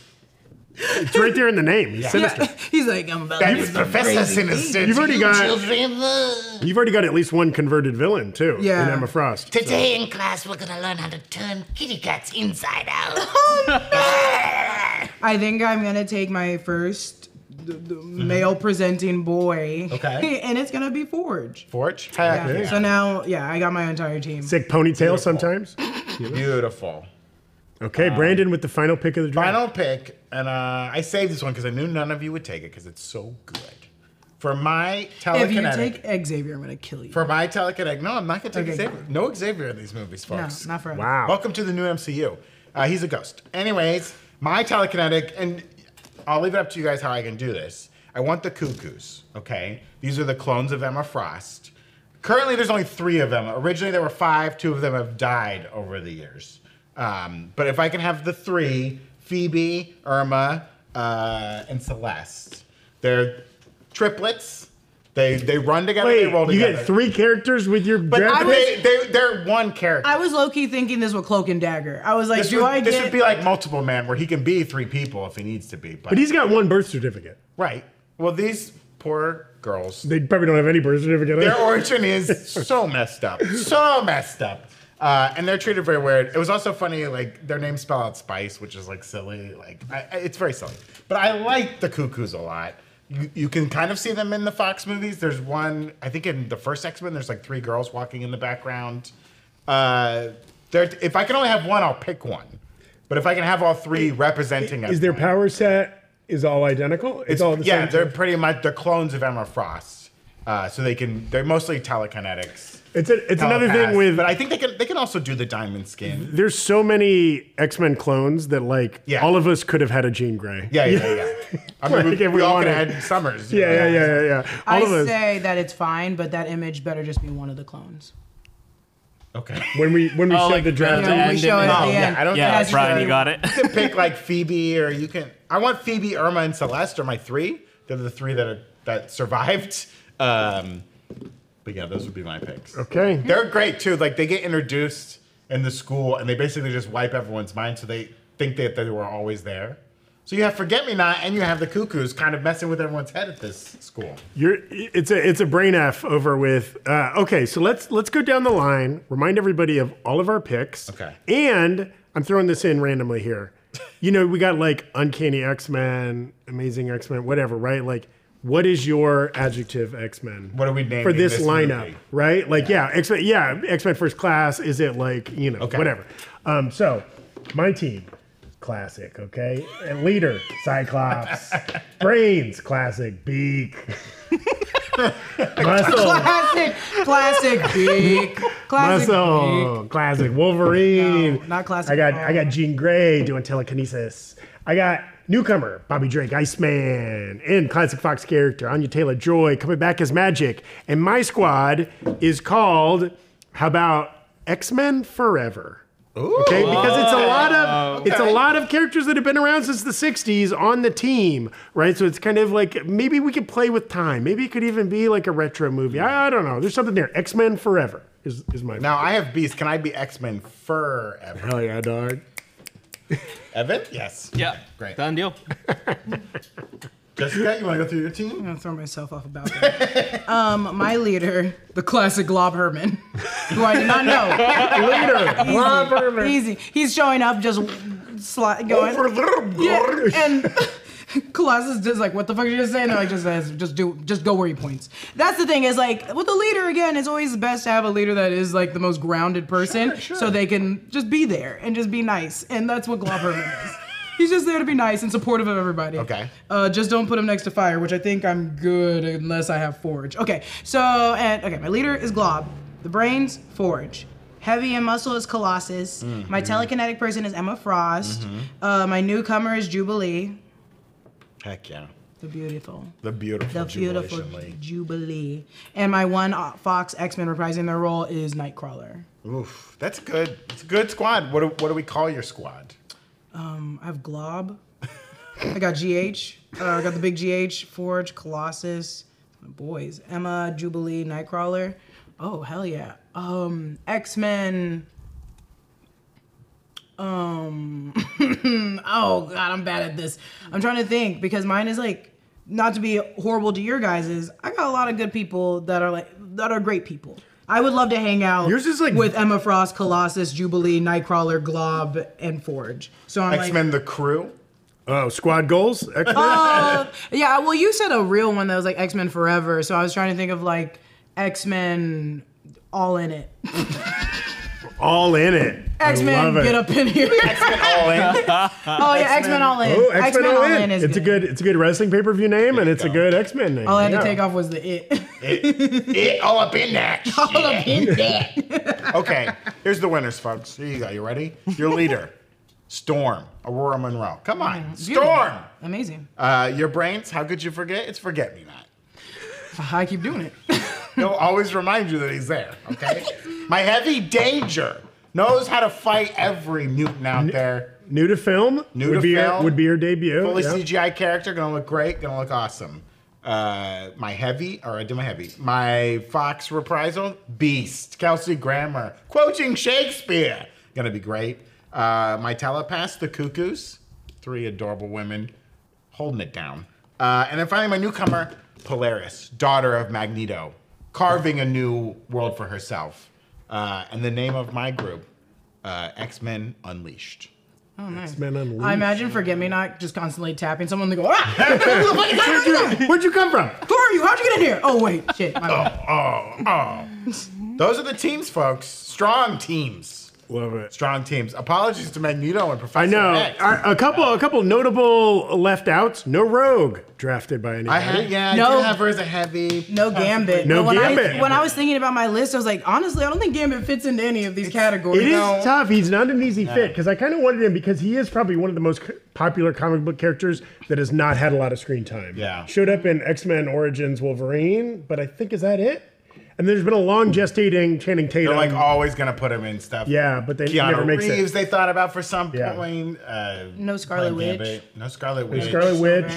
S4: It's right there in the name. He's
S3: Yeah.
S4: Sinister.
S3: He's like, I'm about
S2: That
S3: to
S2: is Professor Sinister.
S4: You've already got-
S2: Children,
S4: You've already got at least one converted villain too.
S3: Yeah.
S4: In Emma Frost.
S5: Today in class, we're gonna learn how to turn kitty cats inside out.
S3: I think I'm gonna take my first th- th- male presenting boy.
S2: Mm-hmm. Okay.
S3: and it's gonna be Forge.
S2: Forge.
S3: Yeah.
S2: Heck
S3: So now, yeah, I got my entire team.
S4: Sick ponytail sometimes.
S2: yeah. Beautiful.
S4: Okay, Brandon with the final pick of the draft.
S2: Final pick, and uh, I saved this one because I knew none of you would take it because it's so good. For my
S3: If you
S2: telekinetic.
S3: take Xavier, I'm gonna kill you.
S2: for my telekinetic. No, I'm not going to take
S3: Okay.
S2: Xavier. No Xavier in these movies,
S3: no,
S2: folks.
S3: not for
S4: Wow.
S2: Welcome to the new MCU. Uh, he's a ghost. Anyways, my telekinetic, and I'll leave it up to you guys how I can do this. I want the cuckoos, okay? These are the clones of Emma Frost. Currently, there's only three of them. Originally, there were five. Two of them have died over the years. Um, but if I can have the three Phoebe, Irma, uh, and Celeste, they're triplets. They, they run together,
S4: Wait,
S2: they roll
S4: you
S2: together.
S4: get three characters with your
S2: but
S4: draft pick?
S2: they, they, they're one character.
S3: I was low key thinking this was Cloak and Dagger. I was like,
S2: This,
S3: do
S2: would,
S3: I
S2: this
S3: get?
S2: would be like multiple man, where he can be three people if he needs to be. But,
S4: But he's got one birth certificate.
S2: right. Well, these poor girls,
S4: They probably don't have any birth certificate.
S2: their origin is so messed up, so messed up, uh, and they're treated very weird. It was also funny, like their names spell out spice, which is like silly. Like I, I- it's very silly. But I like the cuckoos a lot. You, you can kind of see them in the Fox movies. There's one, I think in the first X Men, there's like three girls walking in the background. Uh, there, if I can only have one, I'll pick one. But if I can have all three representing us,
S4: Is their
S2: one.
S4: power set is all identical? It's, all the
S2: yeah,
S4: same.
S2: they're pretty much they're clones of Emma Frost. Uh, so they can they're mostly telekinetics.
S4: It's a, it's another
S2: telepaths,
S4: thing with
S2: but I think they can they can also do the diamond skin.
S4: there's so many X-Men clones that like
S2: Yeah.
S4: all of us could have had a Jean Grey.
S2: Yeah, yeah, yeah. yeah. I mean,
S4: Like,
S2: we,
S4: if
S2: we
S4: we
S2: all could have
S4: wanted.
S2: had Summers. you
S4: Yeah,
S2: know?
S4: yeah, yeah, yeah, yeah. All
S3: I
S4: of us.
S3: say that it's fine, but that image better just be one of the clones.
S2: Okay.
S4: when we when we
S1: Oh,
S4: showed
S1: like
S4: the draft,
S1: the-
S4: in,
S3: Yeah, we
S1: end
S3: show
S1: it.
S3: it at
S1: Oh,
S3: the
S1: yeah,
S3: end.
S2: I don't
S1: Yeah,
S2: think
S1: Brian, you got it.
S2: You can pick like Phoebe or you can. I want Phoebe, Irma, and Celeste are my three. They're the three that are that survived. Um, but yeah, those would be my picks.
S4: okay.
S2: They're great too. Like they get introduced in the school and they basically just wipe everyone's mind so they think that they were always there. So you have Forget Me Not and you have the Cuckoos kind of messing with everyone's head at this school.
S4: You're it's a it's a brain f over with. Uh, okay, so let's let's go down the line. Remind everybody of all of our picks.
S2: Okay.
S4: And I'm throwing this in randomly here. You know, we got like Uncanny X Men, Amazing X Men, whatever, right? Like, what is your adjective X Men?
S2: What are we naming
S4: for this,
S2: this
S4: lineup?
S2: movie?
S4: Right? Like, yeah, X Men. Yeah, X Men First Class. Is it like you know
S2: Okay.
S4: whatever? Um, so my team. Classic, okay? And leader, Cyclops. Brains, classic. Beak, Muscle.
S3: Classic, classic, big, classic. big.
S4: Muscle. Classic Wolverine.
S3: No, not classic
S4: I got
S3: at all.
S4: I got Jean Grey doing telekinesis. I got newcomer Bobby Drake, Iceman, and classic Fox character Anya Taylor Joy coming back as Magic. And my squad is called how about X-Men Forever? Okay, because it's a lot of it's a lot of characters that have been around since the '60s on the team, right? So it's kind of like maybe we could play with time. Maybe it could even be like a retro movie. I, I don't know. There's something there. X Men Forever is is my
S2: Now I have Beast. Can I be X Men forever?
S4: hell yeah, dog.
S2: Evan? Yes.
S1: Yeah,
S2: Great.
S1: Done deal.
S2: Jessica, you want to go through your team?
S3: I'm gonna throw myself off a balcony. um, my leader, the classic Glob Herman, who I did not know.
S4: Later, Rob Herman.
S3: Easy. He's showing up, just sli- going. Yeah, and Colossus just like, what the fuck are you just saying? They're like, just says, just do, just go where he points. That's the thing is like with the leader again, it's always best to have a leader that is like the most grounded person, so they can just be there and just be nice, and that's what Glob Herman is. He's just there to be nice and supportive of everybody.
S2: Okay.
S3: Uh, just don't put him next to fire, which I think I'm good unless I have forge. Okay. So and okay, my leader is Glob. The brains, forge. Heavy and muscle is Colossus.
S2: Mm-hmm.
S3: My telekinetic person is Emma Frost. Uh, my newcomer is Jubilee.
S2: Heck yeah.
S3: The beautiful.
S2: The beautiful
S3: The beautiful
S2: Jubilation League.
S3: Jubilee. And my one uh, Fox X Men reprising their role is Nightcrawler.
S2: Oof, that's good. It's a good squad. What do, what do we call your squad?
S3: Um, I have Glob. I got GH. Uh, I got the big GH, Forge, Colossus, my boys, Emma, Jubilee, Nightcrawler. Oh hell yeah. Um, X Men. Um. oh god, I'm bad at this. I'm trying to think because mine is like not to be horrible to your guys's. I got a lot of good people that are like that are great people. I would love to hang out.
S4: Yours is like-
S3: with Emma Frost, Colossus, Jubilee, Nightcrawler, Glob, and Forge. So I'm
S2: X
S3: like,
S2: Men The Crew?
S4: Oh, squad goals. X-Men.
S3: Oh. Yeah, well, you said a real one that was like X Men Forever, so I was trying to think of like X Men all in it.
S4: all in it. I
S3: X Men,
S4: love it.
S3: get up in here.
S2: All in.
S3: oh yeah, X Men all in.
S4: Oh, X Men all in.
S3: is
S4: It's a good, it's a good wrestling pay per view name, and it's a
S2: go.
S4: good X Men name.
S3: All I had
S4: Yeah.
S3: to take off was the it.
S2: It all up in that. shit.
S3: all up in there.
S2: okay, here's the winners, folks. Here you go. You ready? Your leader, Storm, Aurora Monroe. Come
S3: Mm-hmm.
S2: on, Storm.
S3: Amazing.
S2: Uh, your brains, how could you forget? It's Forget Me Not.
S3: I keep doing it.
S2: He'll always remind you that he's there, okay? My heavy danger knows how to fight every mutant out there.
S4: New to film.
S2: New
S4: would
S2: to
S4: be Your,
S2: film.
S4: would be your debut.
S2: Fully
S4: yeah.
S2: CGI character, gonna look great, gonna look awesome. Uh, my heavy, or I did my heavy. My Fox reprisal, Beast. Kelsey Grammer, quoting Shakespeare, gonna be great. Uh, my telepath, the Cuckoos, three adorable women, holding it down. Uh, and then finally, my newcomer, Polaris, daughter of Magneto, carving a new world for herself. Uh, and the name of my group, uh, X Men Unleashed.
S4: X-Men Unleashed.
S3: I imagine Forget Me Not just constantly tapping someone. They go, ah, what the fuck is that?
S4: Where'd you come from?
S3: Who are you? How'd you get in here? Oh wait, shit. My bad.
S2: Uh, Those are the teams, folks. Strong teams.
S4: Love it.
S2: Strong teams. Apologies to Magneto and Professor
S4: I know
S2: X.
S4: Our- a couple, a couple notable left outs. No Rogue drafted by anybody.
S2: I had, yeah, I
S3: No.
S2: did have her as a heavy.
S3: No gambit.
S4: No
S3: But when
S4: Gambit.
S3: I, when I was thinking about my list, I was like, honestly, I don't think gambit fits into any of these categories.
S4: It is
S3: No.
S4: tough. He's not an easy fit because I kind of wanted him because he is probably one of the most c- popular comic book characters that has not had a lot of screen time.
S2: Yeah.
S4: Showed up in X Men Origins Wolverine, but I think is that it. And there's been a long gestating Channing Tatum.
S2: Hmm. They're like always gonna put him in stuff.
S4: yeah, but they
S2: Keanu
S4: never makes
S2: Reeves
S4: it.
S2: they thought about for some
S4: Yeah.
S2: point. Uh,
S3: No Scarlet
S2: playing
S3: Witch.
S2: Gambit. No Scarlet Witch.
S4: Scarlet Witch.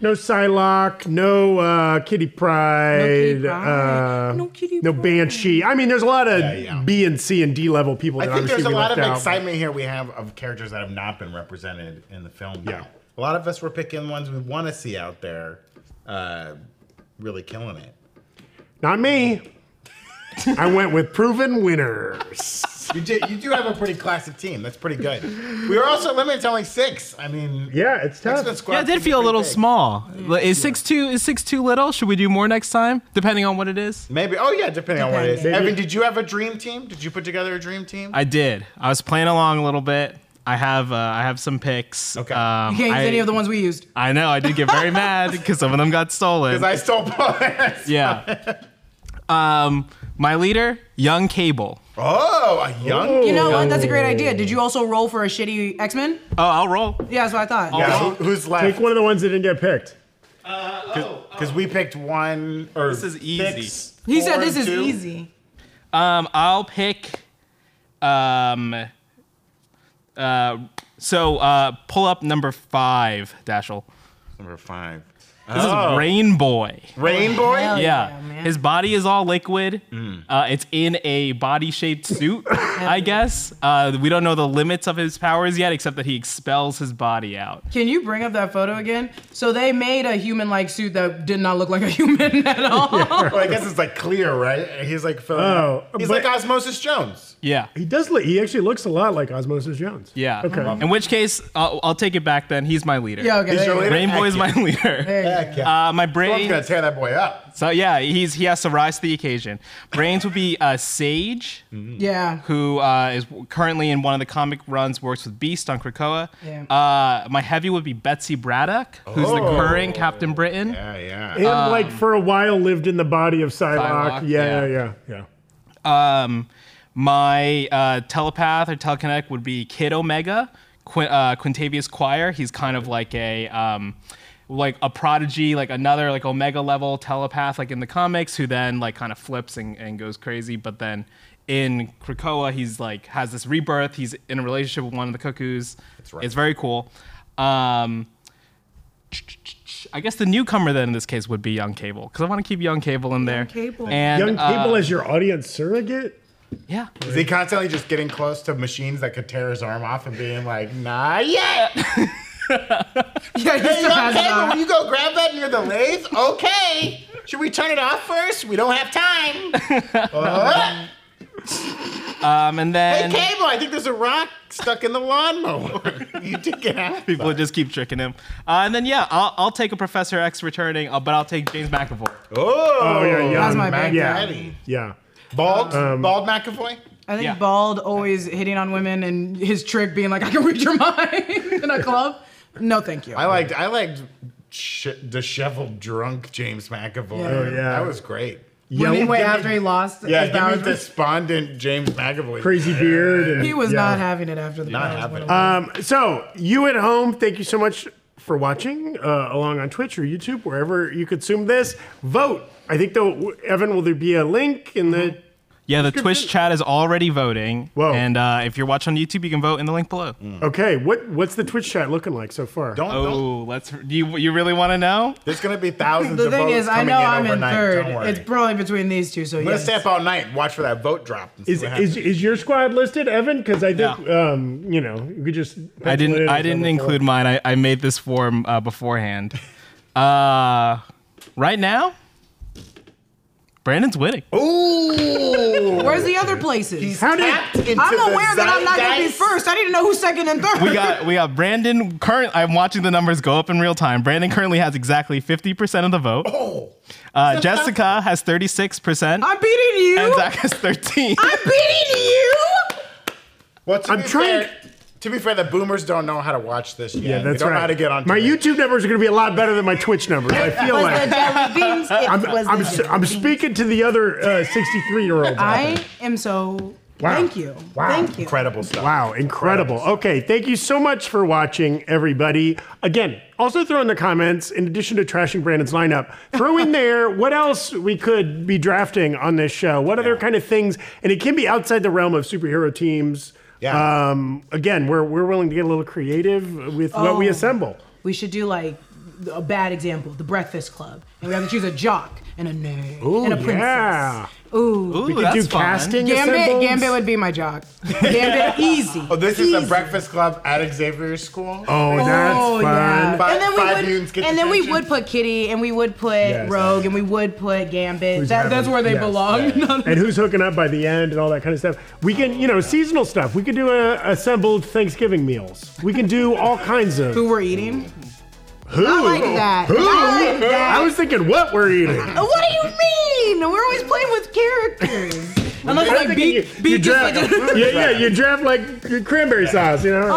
S4: No Psylocke, no uh, Kitty Pride,
S3: Kitty Pryde.
S4: uh,
S3: No Kitty
S4: no
S3: Pryde.
S4: Banshee. I mean, there's a lot of
S2: Yeah, yeah.
S4: B and C and D level people
S2: I
S4: that
S2: think
S4: obviously
S2: there's a
S4: we
S2: lot of
S4: left out.
S2: excitement here we have of characters that have not been represented in the film.
S4: Yeah.
S2: now. A lot of us were picking ones we want to see out there, uh, really killing it.
S4: Not me. I went with proven winners.
S2: You do, you do have a pretty classic team. That's pretty good. We were also limited to only six. I mean,
S4: Yeah, it's tough.
S2: X-Men squad
S1: Yeah, it did
S2: seems
S1: feel a
S2: pretty
S1: little
S2: big.
S1: small. Is six two is six two little? Should we do more next time? Depending on what it is.
S2: Maybe. Oh yeah, depending on what it is.
S4: Maybe-
S2: Evan, did you have a dream team? Did you put together a dream team?
S1: I did. I was playing along a little bit. I have uh, I have some picks.
S2: Okay.
S1: Um,
S3: You can't use
S1: I,
S3: any of the ones we used.
S1: I know. I did get very mad because some of them got stolen.
S2: Because I stole Polaris.
S1: yeah. um, my leader, young Cable.
S2: Oh, a young.
S3: You know what? That's a great idea. Did you also roll for a shitty X Men?
S1: Oh, I'll roll.
S3: Yeah, that's what I thought.
S2: Yeah, who- who's
S4: Pick
S2: left?
S4: one of the ones that didn't get picked.
S2: Because we picked one. Or
S1: This is easy.
S2: six,
S3: He said
S2: four,
S3: this is
S2: two.
S3: easy.
S1: Um, I'll pick. Um. Uh. So uh, pull up number five, Dashel.
S2: Number five.
S1: This is Rain Boy. Oh,
S2: Rain Boy.
S3: Hell
S1: yeah.
S3: man.
S1: His body is all liquid. Uh, it's in a body shaped suit, I guess. Uh, we don't know the limits of his powers yet, except that he expels his body out.
S3: Can you bring up that photo again? So they made a human like suit that did not look like a human at all.
S2: Well, I guess it's like clear, right? He's like filling.
S4: Oh,
S2: out. he's
S4: but-
S2: like Osmosis Jones.
S1: Yeah.
S4: He does. Look, he actually looks a lot like Osmosis Jones.
S1: Yeah. Uh-huh.
S4: Okay.
S1: In which case, I'll, I'll take it back then. He's my leader.
S3: yeah, okay.
S2: He's
S3: there
S2: your
S3: you
S2: leader?
S3: go.
S1: Rain Boy is my
S2: Heck
S1: leader.
S3: There you go.
S2: Heck yeah.
S1: Uh, my
S2: Someone's gonna
S1: brains.
S2: tear that boy up.
S1: So yeah, he's he has to rise to the occasion. Brains would be uh, Sage,
S2: Mm.
S3: Yeah.
S1: who uh, is currently in one of the comic runs, works with Beast on Krakoa.
S3: Yeah.
S1: Uh, my heavy would be Betsy Braddock, who's the
S2: Oh.
S1: current Captain Britain.
S2: Yeah, yeah.
S4: And like for a while lived in the body of Psylocke.
S1: Psylocke,
S4: yeah, yeah,
S1: yeah.
S4: yeah, yeah.
S1: Um, My uh, telepath or telekinetic would be Kid Omega, Quin- uh, Quintavious Choir. He's kind of like a um, like a prodigy, like another like Omega level telepath, like in the comics, who then like kind of flips and, and goes crazy. But then in Krakoa, he's like has this rebirth. He's in a relationship with one of the cuckoos. That's
S2: right.
S1: It's very cool. Um, I guess the newcomer then in this case would be Young Cable because I want to keep Young Cable in there.
S3: Cable.
S1: And,
S4: Young
S1: uh,
S4: Cable as your audience surrogate?
S1: yeah.
S2: Is he constantly just getting close to machines that could tear his arm off and being like, nah, yeah.
S3: Yeah, he
S2: Hey,
S3: still
S2: young
S3: has it
S2: cable, will
S3: on.
S2: you go grab that near the lathe? Okay. Should we turn it off first? We don't have time. Uh,
S1: Um, and then
S2: hey, cable, I think there's a rock stuck in the lawnmower. you did get out.
S1: people just keep tricking him. Uh, and then yeah, I'll, I'll take a Professor X returning, uh, but I'll take James McAvoy.
S2: Oh,
S4: Oh, yeah, yeah.
S3: That's my bad
S4: yeah. Um,
S2: Daddy.
S4: yeah.
S2: Bald, bald McAvoy.
S3: I think
S1: Yeah.
S3: Bald always hitting on women and his trick being like, I can read your mind in a club. No, thank you.
S2: I liked, I liked sh- disheveled, drunk James McAvoy.
S3: Yeah. Oh,
S4: yeah.
S2: that was great.
S3: When he
S4: Yellow-
S3: went after he lost
S2: Yeah,
S3: his
S2: give me
S3: powers,
S2: despondent James McAvoy.
S4: Crazy beard. and-
S3: he was
S4: yeah.
S3: not having it after the
S2: Not
S3: powers
S2: having
S3: went
S2: it.
S3: away.
S4: Um, so, you at home, thank you so much for watching uh, along on Twitch or YouTube, wherever you consume this. Vote. I think, though, Evan, will there be a link in the.
S1: Yeah, the Twitch chat is already voting.
S4: Whoa. Mm.
S1: And uh, if you're watching on YouTube, you can vote in the link below.
S4: Okay, what what's the Twitch chat looking like so far?
S2: Don't, don't.
S1: Oh, let's. Do you you really want to know?
S2: There's gonna be thousands
S3: The
S2: of
S3: thing
S2: votes
S3: is, I
S2: coming
S3: know
S2: in
S3: I'm in
S2: overnight.
S3: third.
S2: Don't worry.
S3: It's probably between these two, so
S2: I'm gonna
S3: yes.
S2: stay up all night and watch for that vote drop. and see
S4: Is,
S2: what happens.
S4: is, is your squad listed, Evan? Because I think um, you know we could just.
S1: I
S4: pencil it in
S1: didn't. I
S4: as
S1: didn't
S4: number four.
S1: include mine. I, I made this form uh, beforehand. Uh, right now, Brandon's winning.
S2: Ooh!
S3: Where's the other places?
S4: How did?
S3: I'm aware that I'm not going to be first. I need to know who's second and third.
S1: We got we got Brandon current I'm watching the numbers go up in real time. Brandon currently has exactly 50% of the vote.
S4: Oh.
S1: Uh, Jessica has 36%
S3: I'm beating you.
S1: and Zach has 13.
S3: I'm beating you.
S2: Well, to
S4: I'm
S2: be
S4: trying-
S2: Fair, to be fair, the boomers don't know how to watch this yet.
S4: Yeah,
S2: They
S4: that's
S2: don't know
S4: right.
S2: how to get on.
S4: My
S2: Twitter.
S4: YouTube numbers are going to be a lot better than my Twitch numbers. I feel
S5: Was the
S4: like.
S5: jelly beans? It
S4: I'm,
S5: was
S4: I'm,
S5: the
S4: s-
S5: jelly
S4: I'm
S5: beans.
S4: speaking to the other uh, 63 year olds.
S3: I am so.
S4: Wow.
S3: Thank you.
S4: Wow.
S3: Thank you.
S2: incredible stuff.
S4: Wow, incredible. Okay, thank you so much for watching, everybody. Again, also throw in the comments, in addition to trashing Brandon's lineup, throw in there what else we could be drafting on this show. What other kind of things? And it can be outside the realm of superhero teams.
S2: Yeah.
S4: Um, again, we're, we're willing to get a little creative with what we
S3: Oh.
S4: assemble.
S3: We should do like a bad example, the Breakfast Club, and we have to choose a jock and a nerd and a princess.
S4: yeah.
S3: Ooh.
S1: Ooh,
S4: We could do casting
S3: Gambit,
S4: assembles.
S3: Gambit would be my jock. Gambit, easy.
S2: Oh, this is
S3: easy.
S2: the Breakfast Club at Xavier's School.
S4: Oh, that's
S3: Oh,
S4: fun.
S3: yeah.
S2: Five-
S3: and then we
S2: five mutants
S3: would,
S2: get
S3: and then we
S2: detention.
S3: would put Kitty, and we would put Rogue, and we would put Gambit. That,
S4: having-
S3: that's where they
S4: yes,
S3: belong.
S4: and who's hooking up by the end and all that kind of stuff. We can, you know, seasonal stuff. We can do a assembled Thanksgiving meals. We can do all kinds of.
S3: Who we're eating?
S4: Who?
S3: I like that. I like that.
S4: I was thinking what we're eating.
S3: Oh, What do you mean? We're always playing with characters. Unless
S4: I'm
S3: like
S4: thinking
S3: beat,
S4: you,
S3: beat
S4: you
S3: just
S4: draft,
S3: like-
S4: yeah, yeah, you draft like your cranberry sauce, you know. or whatever.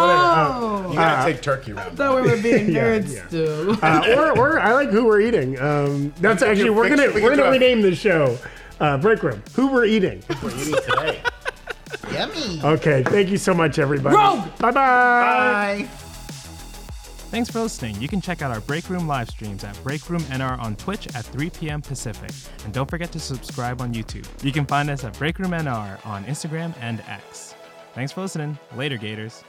S4: Uh,
S3: Oh,
S2: You gotta take turkey round.
S3: thought we were being
S4: Yeah,
S3: nerds
S4: yeah.
S3: too.
S4: uh, or, or I like who we're eating. Um, that's
S2: We could do
S4: actually we're
S2: fiction-
S4: gonna
S2: we could
S4: we're
S2: do
S4: gonna
S2: a-
S4: rename the show, uh, break room. Who we're eating.
S2: We're eating today. Yummy.
S4: Okay, thank you so much, everybody.
S3: Rogue!
S4: Bye-bye. Bye.
S2: Bye.
S1: Thanks for listening. You can check out our Break Room live streams at Break Room NR on Twitch at 3 p.m. Pacific. And don't forget to subscribe on YouTube. You can find us at Break Room NR on Instagram and X. Thanks for listening. Later, Gators.